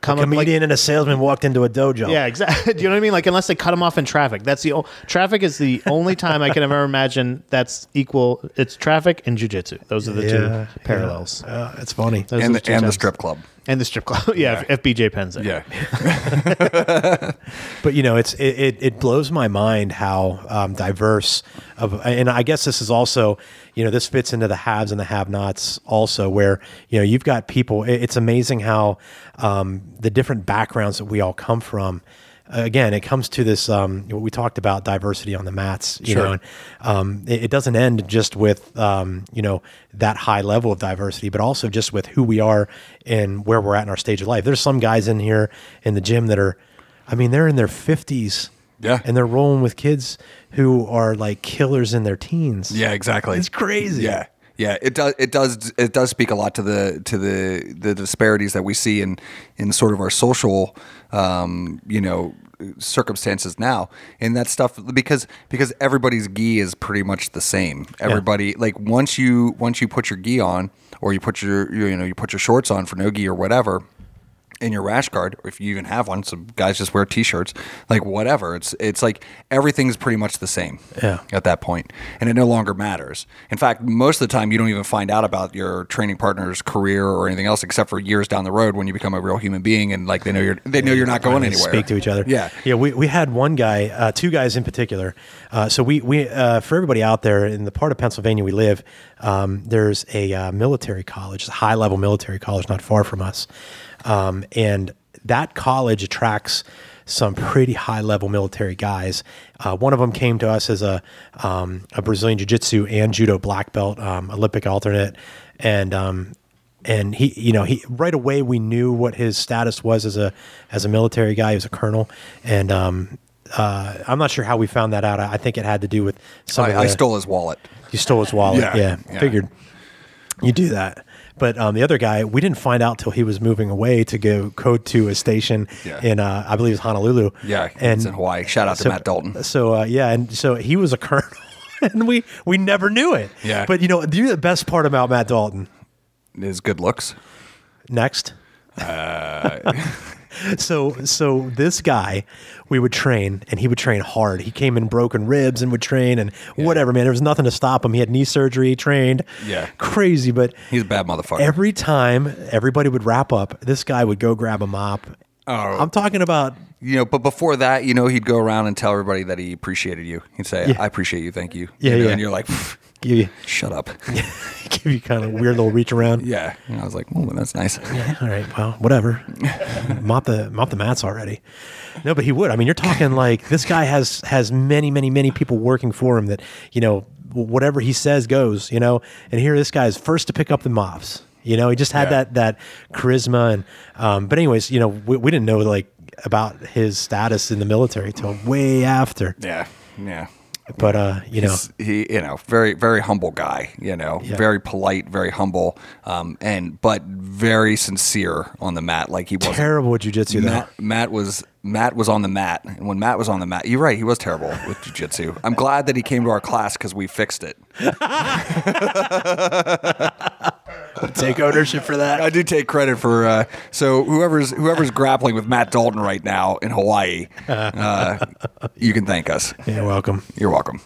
S1: come up, like-
S4: comedian and a salesman walked into a dojo.
S1: yeah, exactly. Do you know what I mean? Like unless they cut them off in traffic. That's the o- traffic is the only time I can ever imagine that's equal. It's traffic and jujitsu. Those are the
S4: Yeah,
S1: two parallels.
S4: yeah. Uh, it's funny.
S1: Those
S2: and
S1: are
S2: the, and the
S1: times.
S2: strip club.
S1: and the strip club. yeah,
S2: Yeah.
S1: If, if BJ Penn's there.
S2: Yeah.
S4: but you know it's it, it, it blows my mind how um, diverse of and i guess this is also you know this fits into the haves and the have nots also where you know you've got people it- it's amazing how um, the different backgrounds that we all come from uh, again it comes to this um, what we talked about diversity on the mats you know and um, it, it doesn't end just with um, you know that high level of diversity but also just with who we are and where we're at in our stage of life there's some guys in here in the gym that are I mean, they're in their fifties.
S2: Yeah.
S4: And they're rolling with kids who are like killers in their teens.
S2: Yeah, exactly.
S4: It's crazy.
S2: Yeah. Yeah, it does. It does. It does speak a lot to the to the the disparities that we see in in sort of our social, um, you know, circumstances now and that stuff because because everybody's gi is pretty much the same everybody like once you once you put your gi on or you put your you know you put your shorts on for no gi or whatever in your rash guard, or if you even have one, some guys just wear t-shirts, like whatever. It's it's like everything's pretty much the same.
S4: Yeah.
S2: At that point, and it no longer matters. In fact, most of the time you don't even find out about your training partner's career or anything else, except for years down the road when you become a real human being and like they know you're they know you're not going
S4: and
S2: anywhere.
S4: Speak to each other.
S2: Yeah.
S4: yeah. We, we had one guy, uh, two guys in particular. Uh, so we we uh, for everybody out there in the part of Pennsylvania we live, um, there's a uh, military college, a high level military college, not far from us, um, and that college attracts some pretty high level military guys. Uh, one of them came to us as a um, a Brazilian jiu jitsu and judo black belt, um, Olympic alternate, and um, and he you know he right away we knew what his status was as a as a military guy he was a colonel and um uh, I'm not sure how we found that out. I, I think it had to do with some.
S2: I,
S4: of
S2: I
S4: the-
S2: stole his wallet.
S4: you stole his wallet.
S2: Yeah,
S4: Yeah,
S2: yeah.
S4: figured you do that. But um, the other guy, we didn't find out till he was moving away to go code to a station
S2: Yeah.
S4: in, uh, I believe, it's Honolulu.
S2: Yeah,
S4: and
S2: it's in Hawaii. Shout out to
S4: so-
S2: Matt Dalton.
S4: So uh, yeah, and so he was a colonel, and we we never knew it.
S2: Yeah.
S4: But you know, do you know the best part about Matt Dalton
S2: His good looks.
S4: next.
S2: Uh.
S4: so so this guy we would train and he would train hard he came in broken ribs and would train and whatever man there was nothing to stop him he had knee surgery he trained
S2: Yeah.
S4: crazy but
S2: He's a bad motherfucker.
S4: every time everybody would wrap up this guy would go grab a mop
S2: Oh.
S4: i'm talking about
S2: you know, but before that, you know, he'd go around and tell everybody that he appreciated you. He'd say, "I appreciate you, thank you."
S4: Yeah,
S2: You know,
S4: yeah.
S2: And you're like, "Pfft,
S4: give you
S2: "Shut up."
S4: give you kind of weird little reach around
S2: Yeah. And I was like, oh, that's nice.
S4: all right well whatever mop the mop the mats already no but he would i mean you're talking like this guy has has many many many people working for him that you know whatever he says goes you know and here this guy is first to pick up the mops you know he just had
S2: Yeah.
S4: that that charisma and um but anyways you know we, we didn't know like about his status in the military till way after
S2: Yeah. Yeah.
S4: but uh you know
S2: He, you know, very, very humble guy, you know, very polite, very humble, um, and, but very sincere on the mat. Like he was
S4: terrible at jujitsu though
S2: Matt, Matt was Matt was on the mat, and when Matt was on the mat, you're right, he was terrible with jujitsu. I'm glad that he came to our class because we fixed it.
S4: take ownership for that
S2: I do take credit for uh, so whoever's whoever's grappling with Matt Dalton right now in Hawaii,
S4: Uh-huh.
S2: uh, you can thank us.
S4: you're welcome
S2: You're welcome.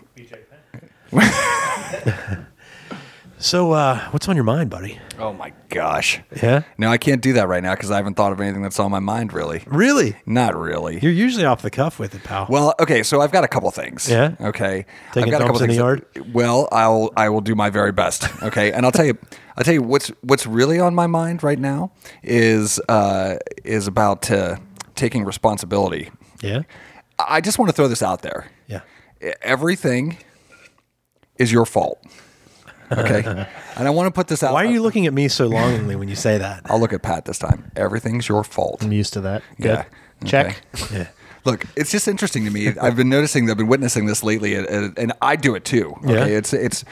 S4: so uh what's on your mind buddy
S2: Oh my gosh.
S4: Yeah?
S2: No, I can't do that right now because I haven't thought of anything that's on my mind really.
S4: really
S2: Not really.
S4: You're usually off the cuff with it, pal.
S2: well, okay, so I've got a couple things.
S4: Yeah?
S2: Okay.
S4: Taking
S2: I've got
S4: dumps in the yard?
S2: Well, I'll I will do my very best. Okay. and I'll tell you I'll tell you what's what's really on my mind right now is uh is about uh, taking responsibility.
S4: yeah,
S2: I just want to throw this out there. E,
S4: yeah.
S2: Everything is your fault. Okay. and I want to put this out.
S4: Why are you looking at me so longingly when you say that?
S2: I'll look at Pat this time. Everything's your fault.
S1: I'm used to that. Good.
S2: Yeah.
S1: Check.
S2: Okay.
S4: Yeah.
S2: Look, it's just interesting to me. I've been noticing, I've been witnessing this lately, and- and, and I do it too. Okay,
S4: Yeah.
S2: it's it's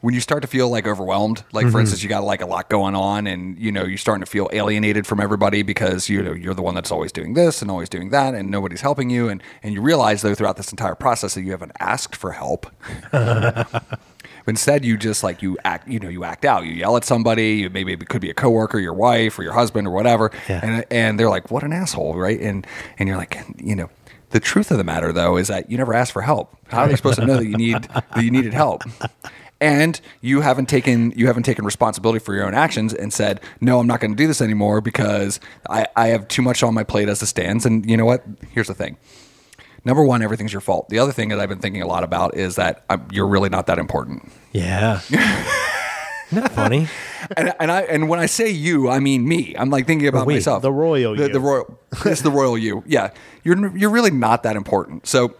S2: when you start to feel like overwhelmed. Like for instance, you got like a lot going on, and you know you're starting to feel alienated from everybody because you know you're the one that's always doing this and always doing that, and nobody's helping you. And and you realize though throughout this entire process that you haven't asked for help. But Instead, you just like you act, you know, you act out. You yell at somebody. You maybe it could be a coworker, your wife, or your husband, or whatever.
S4: Yeah.
S2: And and they're like, "What an asshole!" Right? And and you're like, you know, the truth of the matter though is that you never asked for help. How are they supposed to know that you need that you needed help? And you haven't taken you haven't taken responsibility for your own actions and said, "No, I'm not going to do this anymore because I I have too much on my plate as it stands." And you know what? Here's the thing. Number one, everything's your fault. The other thing that I've been thinking a lot about is that i you're really not that important.
S4: Yeah. Isn't that funny?
S2: and, and I and when I say you, I mean me. I'm like thinking about
S4: we,
S2: myself.
S1: the royal
S2: the,
S1: you.
S2: The royal. it's the royal you. Yeah, you're you're really not that important. So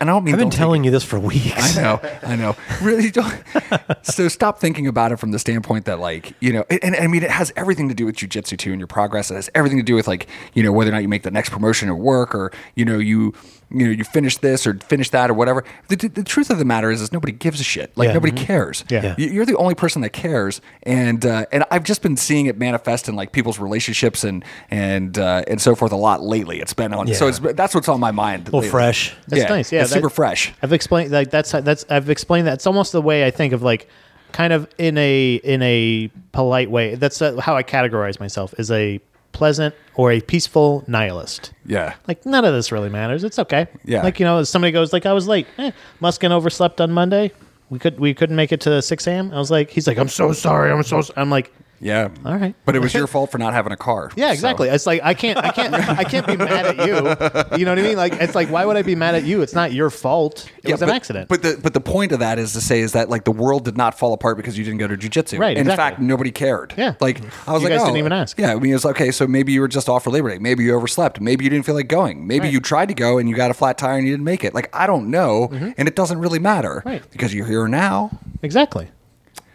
S2: I don't mean.
S4: I've been
S2: don't take
S4: telling you this for weeks.
S2: I know, I know. Really don't. so stop thinking about it from the standpoint that, like, you know, and, and I mean, it has everything to do with jujitsu too and your progress. It has everything to do with like, you know, whether or not you make the next promotion at work or you know you you know you finish this or finish that or whatever. The, the, the truth of the matter is, is nobody gives a shit. Like
S4: Yeah.
S2: nobody cares.
S1: Yeah. Yeah.
S2: You- you're the only person that cares. And uh, and I've just been seeing it manifest in like people's relationships and and uh, and so forth a lot lately. It's been on. So
S4: Yeah.
S2: it's been- that's what's on my mind.
S4: little fresh.
S1: That's nice. Yeah,
S2: it's
S1: that-
S2: super fresh.
S1: I've explained like that's that's I've explained that it's almost the way I think of like kind of in a in a polite way. That's uh, how I categorize myself as a pleasant or a peaceful nihilist.
S2: Yeah.
S1: Like none of this really matters. It's okay.
S2: Yeah.
S1: Like you know, if somebody goes like I was late. Eh, Muskin overslept on Monday. We could we couldn't make it to six a.m. I was like, he's like, I'm so sorry. I'm so. s-" I'm like,
S2: Yeah.
S1: all right.
S2: But it was your fault for not having a car.
S1: Yeah, exactly. It's like I can't, I can't, I can't be mad at you. You know what I mean? Like it's like, why would I be mad at you? It's not your fault. It was
S2: but,
S1: an accident.
S2: But the but the point of that is to say is that like the world did not fall apart because you didn't go to jujitsu.
S1: Right,
S2: And In
S1: exactly.
S2: fact, nobody cared.
S1: Yeah.
S2: Like I was
S1: You
S2: like,
S1: guys
S2: oh,
S1: didn't even ask.
S2: Yeah. I mean, it was like, okay. So maybe you were just off for Labor Day. Maybe you overslept. Maybe you didn't feel like going. Maybe
S1: Right.
S2: you tried to go and you got a flat tire and you didn't make it. Like I don't know, and it doesn't really matter
S1: Mm-hmm. Right.
S2: because you're here now.
S1: exactly.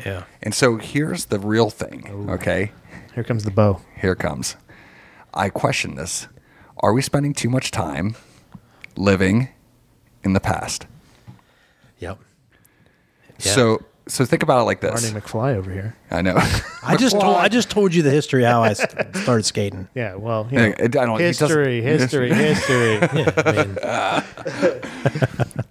S4: Yeah.
S2: And so here's the real thing. Okay.
S1: Here comes the bow.
S2: Here it comes. I question this. Are we spending too much time living in the past?
S4: Yep.
S2: So so think about it like this.
S1: Arnie McFly over here.
S2: I know.
S4: I just
S2: McFly.
S4: told I just told you the history how I s- started skating.
S1: Yeah. Well, you
S2: Yeah,
S1: know,
S2: I don't- he doesn't-
S1: history, history, history.
S4: Yeah, I mean,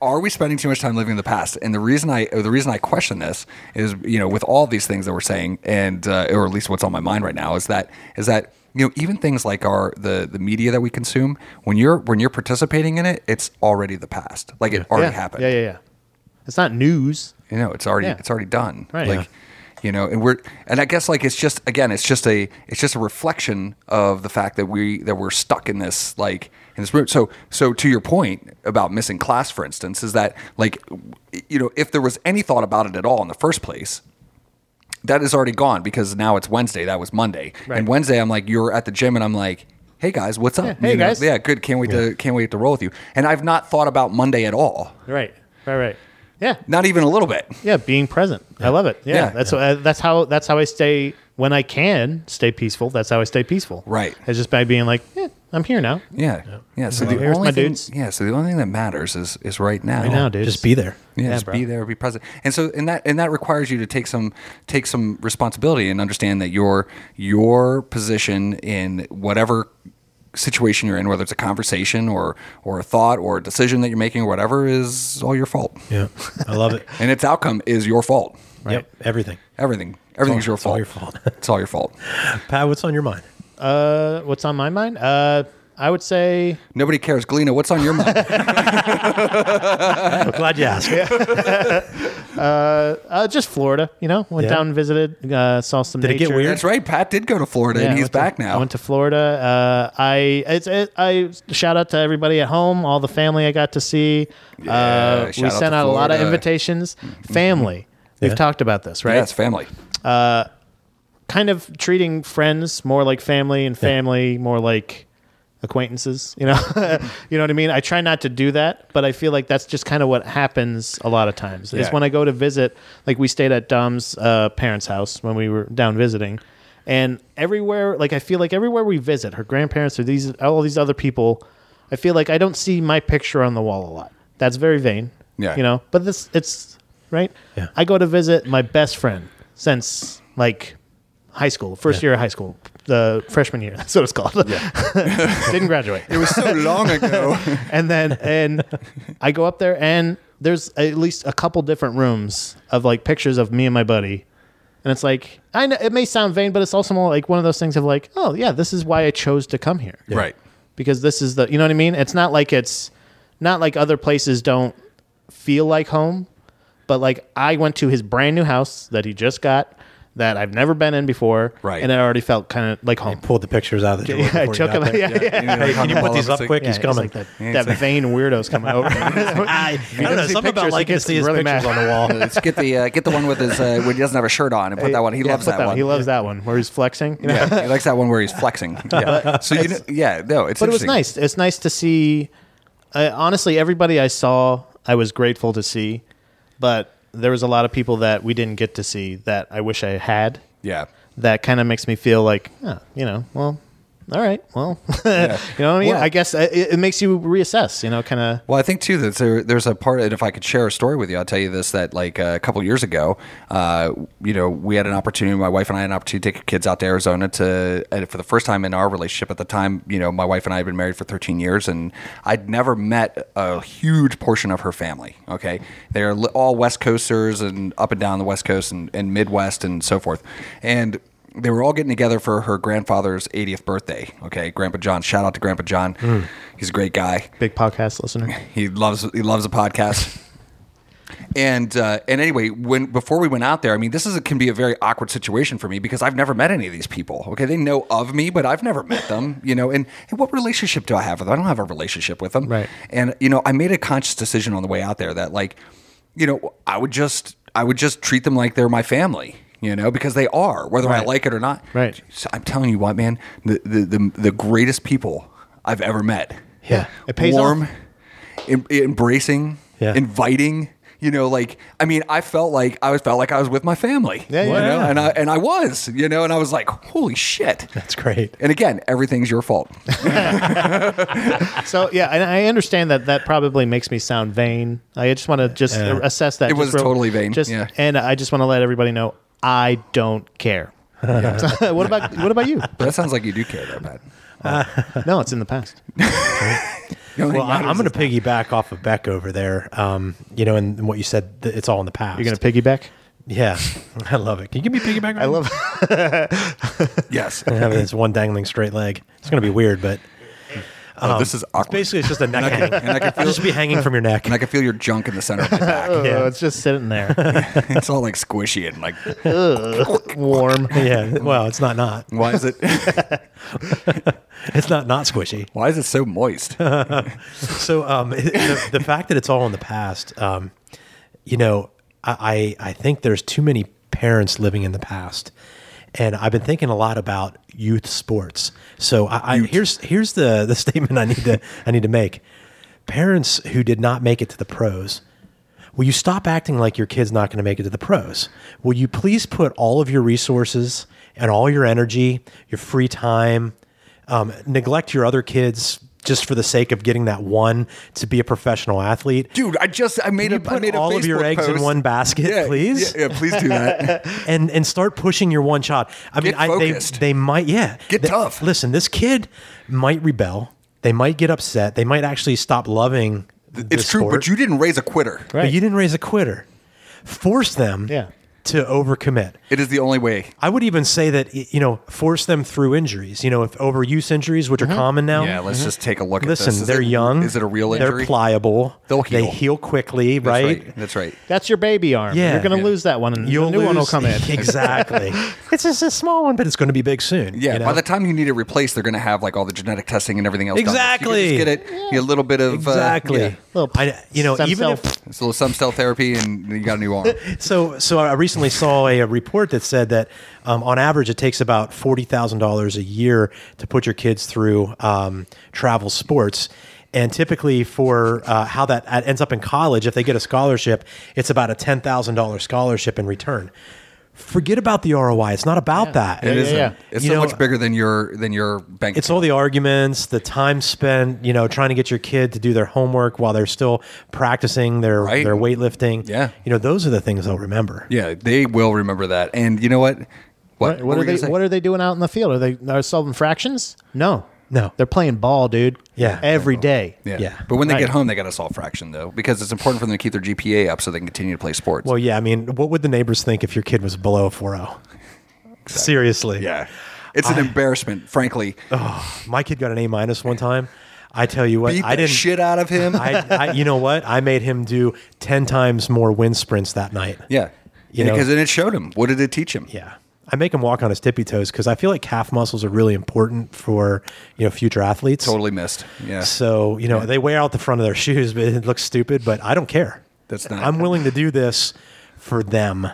S2: Are we spending too much time living in the past? And the reason I the reason I question this is you know with all these things that we're saying and uh, or at least what's on my mind right now is that is that you know even things like our the the media that we consume when you're when you're participating in it it's already the past like it already
S1: yeah.
S2: happened
S1: Yeah, yeah, yeah. It's not news.
S2: you know it's already
S1: Yeah.
S2: it's already done
S1: Right.
S2: like you know and we're and i guess like it's just again it's just a it's just a reflection of the fact that we that we're stuck in this like in this room so so to your point about missing class for instance is that like you know if there was any thought about it at all in the first place that is already gone because now it's Wednesday. That was Monday,
S1: Right.
S2: and Wednesday I'm like, you're at the gym, and I'm like, hey guys, what's up?
S1: hey,
S2: You know,
S1: guys.
S2: yeah, good. Can't wait to can't wait to roll with you. And I've not thought about Monday at all,
S1: Right. Right. Right. Yeah.
S2: not even a little bit.
S1: Yeah. Being present. I love it. Yeah.
S2: Yeah.
S1: That's uh, that's how that's how I stay when I can stay peaceful. That's how I stay peaceful.
S2: Right.
S1: It's just by being like, eh, I'm here now.
S2: Yeah, yeah. So the
S1: Here's
S2: only
S1: my
S2: thing,
S1: dudes.
S2: yeah. So the only thing that matters is is right now.
S1: Right now, dude.
S4: just be there.
S2: Yeah, just
S1: bro.
S2: be there, be present, and so and that and that requires you to take some take some responsibility and understand that your your position in whatever situation you're in, whether it's a conversation or or a thought or a decision that you're making or whatever, is all your fault,
S4: Yeah, I love it.
S2: and its outcome is your fault.
S4: Yep, everything.
S2: Everything, everything's your
S4: it's all
S2: fault.
S4: your fault.
S2: it's all your fault.
S4: Pat, what's on your mind?
S1: Uh, what's on my mind? Uh, I would say
S2: Nobody cares, Galena. What's on your mind?
S4: I'm glad you asked.
S1: uh, just Florida. You know, went
S4: Yeah.
S1: down and visited, uh, saw some.
S4: Did it
S1: nature.
S4: get weird?
S2: That's right. Pat did go to Florida,
S1: Yeah, I
S2: and he's
S1: went to-
S2: back now.
S1: I went to Florida. Uh, I it's it, I shout out to everybody at home, all the family I got to see.
S2: Yeah,
S1: uh, we
S2: shout out
S1: sent
S2: to
S1: out a lot
S2: Florida.
S1: of
S2: Mm-hmm.
S1: invitations. Family, we've
S4: Yeah.
S1: talked about this, right?
S2: Yes, family.
S1: Kind of treating friends more like family and family more like acquaintances. You know, you know what I mean. I try not to do that, but I feel like that's just kind of what happens a lot of times. Is
S2: Yeah.
S1: when I go to visit, like we stayed at Dom's uh, parents' house when we were down visiting, and everywhere, like I feel like everywhere we visit, her grandparents or these all these other people, I feel like I don't see my picture on the wall a lot. That's very vain.
S2: Yeah.
S1: you know, but this it's right.
S4: Yeah.
S1: I go to visit my best friend since like high school, first
S4: Yeah.
S1: year of high school, the freshman year. That's what it's called. Didn't graduate.
S2: It was so long ago.
S1: and then and I go up there and there's at least a couple different rooms of like pictures of me and my buddy. And it's like I know it may sound vain, but it's also more like one of those things of like, oh yeah, this is why I chose to come here.
S2: Right.
S1: Because this is the you know what I mean? It's not like it's not like other places don't feel like home, but like I went to his brand new house that he just got that I've never been in before.
S2: Right.
S1: And it already felt kinda like home.
S4: Pulled the pictures out of the door.
S1: Yeah, I
S4: before you
S1: took
S4: got
S1: him.
S4: there.
S1: Yeah, yeah.
S4: Hey, can you put these up quick?
S1: Yeah,
S4: He's
S1: it's
S4: coming.
S1: like that, that vain weirdo's coming over. I,
S4: I don't know. Something about liking to see his pictures on the wall.
S2: Let's get the uh, get the one with his uh, when he doesn't have a shirt on and put that one. He loves that, one.
S1: He loves that one where he's flexing. you know?
S2: yeah, he likes that one where he's flexing. Yeah. so you know, yeah, no, it's
S1: But it was nice. It's nice to see I, honestly, everybody I saw, I was grateful to see, but there was a lot of people that we didn't get to see that I wish I had.
S2: Yeah.
S1: That kind of makes me feel like, oh, you know, well, all right, well, you know what I mean?
S2: Well-
S1: I guess I- it, it makes you reassess, you know, kind of.
S2: Well, I think too that there, there's a part, and if I could share a story with you, I'll tell you this: that like a couple years ago, uh, you know, we had an opportunity. My wife and I had an opportunity to take our kids out to Arizona to, and for the first time in our relationship. At the time, you know, my wife and I had been married for 13 years, and I'd never met a huge portion of her family. Okay, they're li- all West Coasters and up and down the West Coast and, and Midwest and so forth, and they were all getting together for her grandfather's 80th birthday. Okay, Grandpa John. Shout out to Grandpa John. He's a great guy
S1: Big podcast listener.
S2: he loves he loves a podcast. And uh, and anyway, when before we went out there, I mean, this is a, can be a very awkward situation for me because I've never met any of these people. Okay, they know of me, but I've never met them. You know, and, and what relationship do I have with them? I don't have a relationship with them.
S1: Right.
S2: And you know, I made a conscious decision on the way out there that like, you know, I would just I would just treat them like they're my family. You know, because they are, whether I
S1: Right.
S2: like it or not.
S1: Right.
S2: So I'm telling you what, man, the the the, the greatest people I've ever met.
S4: Yeah.
S1: It pays
S2: warm,
S1: off.
S2: em- embracing,
S4: Yeah.
S2: inviting. You know, like I mean, I felt like I was felt like I was with my family.
S1: Yeah,
S2: you
S1: yeah,
S2: know?
S1: yeah.
S2: and I and I was, you know, and I was like, holy shit.
S4: That's great.
S2: And again, everything's your fault.
S1: So yeah, and I understand that that probably makes me sound vain. I just want to just
S4: Yeah.
S1: assess that.
S2: It
S1: just
S2: was totally vain,
S1: Just
S2: yeah.
S1: and I just want to let everybody know I don't care. So, what about what about you?
S2: But that sounds like you do care though, Pat.
S1: No, it's in the past.
S2: You know,
S4: Well, I,
S2: you
S4: I'm going to piggyback off of Beck over there. Um, you know, and, and what you said, th- it's all in the past.
S1: You're gonna piggyback.
S4: yeah, I love it. Can you give me piggyback? I love
S2: yes.
S4: having this one dangling straight leg. It's going to be weird, but
S2: Oh,
S4: Um,
S2: this is awkward.
S4: basically, it's just a neck hang.
S2: and I can
S4: It'll
S2: feel
S4: just be hanging from your neck.
S2: and I can feel your junk in the center of my back.
S1: Oh, it's just sitting there,
S2: it's all like squishy and like
S1: warm.
S4: yeah. Well, it's not not.
S2: why is it
S4: It's not not squishy.
S2: why is it so moist?
S4: So um, it- the, the fact that it's all in the past, um, you know, I, I I think there's too many parents living in the past, and I've been thinking a lot about youth sports. So I, I here's here's the the statement I need to I need to make. Parents who did not make it to the pros. Will you stop acting like your kid's not going to make it to the pros? Will you please put all of your resources and all your energy, your free time, um, neglect your other kids just for the sake of getting that one to be a professional athlete?
S2: Dude, I just I made
S4: Can you
S2: a I made
S4: put
S2: a
S4: all of your
S2: Facebook
S4: eggs in
S2: post.
S4: one basket,
S2: Yeah,
S4: please,
S2: Yeah, yeah, please do that.
S4: and and start pushing your one shot. I mean,
S2: Get
S4: I, they
S2: focused.
S4: they might yeah
S2: Get
S4: They-
S2: tough.
S4: Listen, this kid might rebel. They might get upset. They might actually stop loving.
S2: It's
S4: this
S2: true,
S4: sport.
S2: but you didn't raise a quitter.
S1: Right.
S4: But you didn't raise a quitter. Force them
S1: Yeah.
S4: to overcommit.
S2: It is the only way.
S4: I would even say that y- you know, force them through injuries. You know, if overuse injuries, which are common now.
S2: Yeah, let's just take a look at this.
S4: Mm-hmm. Listen,
S2: Is
S4: they're
S2: it-
S4: young.
S2: Is it a real
S4: They're
S2: injury?
S4: pliable.
S2: They'll
S4: They
S2: heal.
S4: heal quickly,
S2: That's
S4: right?
S2: That's right.
S1: That's your baby arm.
S4: Yeah.
S1: You're gonna
S4: Yeah.
S1: lose that one, and
S4: You'll
S1: the new one will
S4: lose-
S1: come in.
S4: exactly. it's just a small one, but it's going to be big soon.
S2: Yeah.
S4: you know?
S2: By the time you need it replaced, they're going to have like all the genetic testing and everything else. done.
S4: Exactly.
S2: You can just get it. A little bit of
S4: exactly.
S2: Uh, yeah.
S1: Little
S4: I, you know,
S1: stem
S4: even
S1: cell
S4: if
S2: It's a little stem cell therapy, and you got a new arm.
S4: So, so I recently saw a, a report that said that um, on average it takes about forty thousand dollars a year to put your kids through um, travel sports, and typically for uh, how that ad- ends up in college, if they get a scholarship, it's about a ten thousand dollars scholarship in return. Forget about the ROI; it's not about that.
S1: Yeah,
S2: It is.
S1: yeah, yeah.
S2: It's
S4: You
S2: so
S4: know,
S2: much bigger than your than your bank.
S4: It's all the arguments, the time spent, you know, trying to get your kid to do their homework while they're still practicing their
S2: Right.
S4: their weightlifting.
S2: Yeah.
S4: you know, those are the things they'll remember.
S2: yeah, they will remember that. And you know what? What,
S1: What, what
S2: were
S1: are
S2: you gonna
S1: they?
S2: say?
S1: What are they doing out in the field? Are they are solving fractions? No,
S4: No.
S1: They're playing ball, dude.
S4: Yeah.
S1: every day.
S2: yeah.
S4: Yeah.
S2: But when they
S1: Right.
S2: get home, they got to solve fraction though, because it's important for them to keep their GPA up so they can continue to play sports.
S4: Well, yeah. I mean, what would the neighbors think if your kid was below a 4.0? Seriously.
S2: yeah. It's an embarrassment, frankly.
S4: Oh, My kid got an A minus one time. I tell you what,
S2: Beat
S4: I
S2: the
S4: didn't.
S2: shit out of him.
S4: I, I, you know what? I made him do 10 times more wind sprints that night.
S2: yeah.
S4: You know-
S2: because then it showed him. What did it teach him?
S4: Yeah. I make him walk on his tippy toes because I feel like calf muscles are really important for, you know, future athletes.
S2: Totally missed. Yeah.
S4: So, you know, they wear out the front of their shoes, but it looks stupid, but I don't care.
S2: That's not-
S4: I'm willing to do this for them.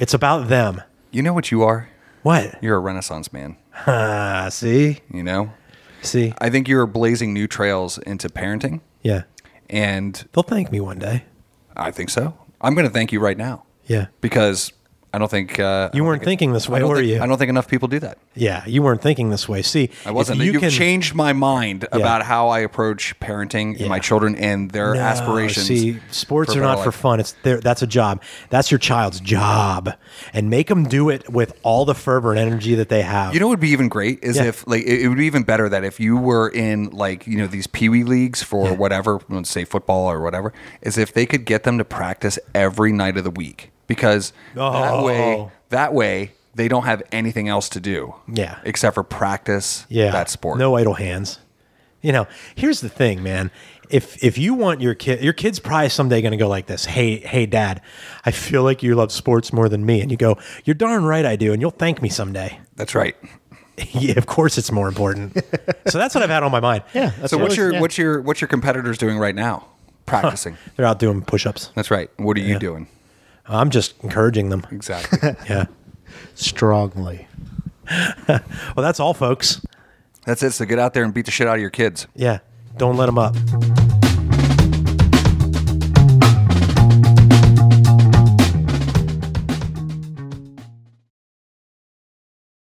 S4: It's about them.
S2: You know what you are?
S4: What?
S2: You're a renaissance man,
S4: Ah, see?
S2: you know?
S4: See?
S2: I think you're blazing new trails into parenting.
S4: Yeah.
S2: And
S4: They'll thank me one day.
S2: I think so. I'm going to thank you right now
S4: Yeah.
S2: because I don't think uh, I
S4: You
S2: don't
S4: weren't
S2: think-
S4: thinking this
S2: I
S4: way,
S2: don't
S4: were
S2: think-
S4: you?
S2: I don't think enough people do that.
S4: Yeah, you weren't thinking this way. See,
S2: I wasn't.
S4: If
S2: You
S4: you
S2: have
S4: can,
S2: changed my mind about how I approach parenting and my children and their
S4: No,
S2: aspirations.
S4: See, sports
S2: for
S4: are
S2: better
S4: not for
S2: life.
S4: fun. It's their, that's a job. That's your child's job, and make them do it with all the fervor and energy that they have.
S2: You know what would be even great is
S4: Yeah.
S2: if like it, it would be even better that if you were in like you know these pee wee leagues for whatever let's say football or whatever is if they could get them to practice every night of the week because that way
S4: Oh.
S2: that way they don't have anything else to do
S4: Yeah.
S2: except for practice
S4: yeah,
S2: that sport
S4: No idle hands. You know, here's the thing, man. If if you want your kid, your kid's probably someday going to go like this. Hey, hey, dad, I feel like you love sports more than me, and you go, you're darn right I do, and you'll thank me someday.
S2: that's right
S4: yeah, of course, it's more important. so that's what I've had on my mind.
S1: Yeah. That's
S2: so
S1: what
S2: what's
S1: it
S2: your
S1: is, yeah.
S2: what's your what's your competitors doing right now practicing
S4: they're out doing push-ups.
S2: that's right what are you doing
S4: I'm just encouraging them.
S2: exactly
S4: Yeah.
S1: strongly?
S4: Well, that's all, folks.
S2: that's it so get out there and beat the shit out of your kids
S4: Yeah. Don't let them up.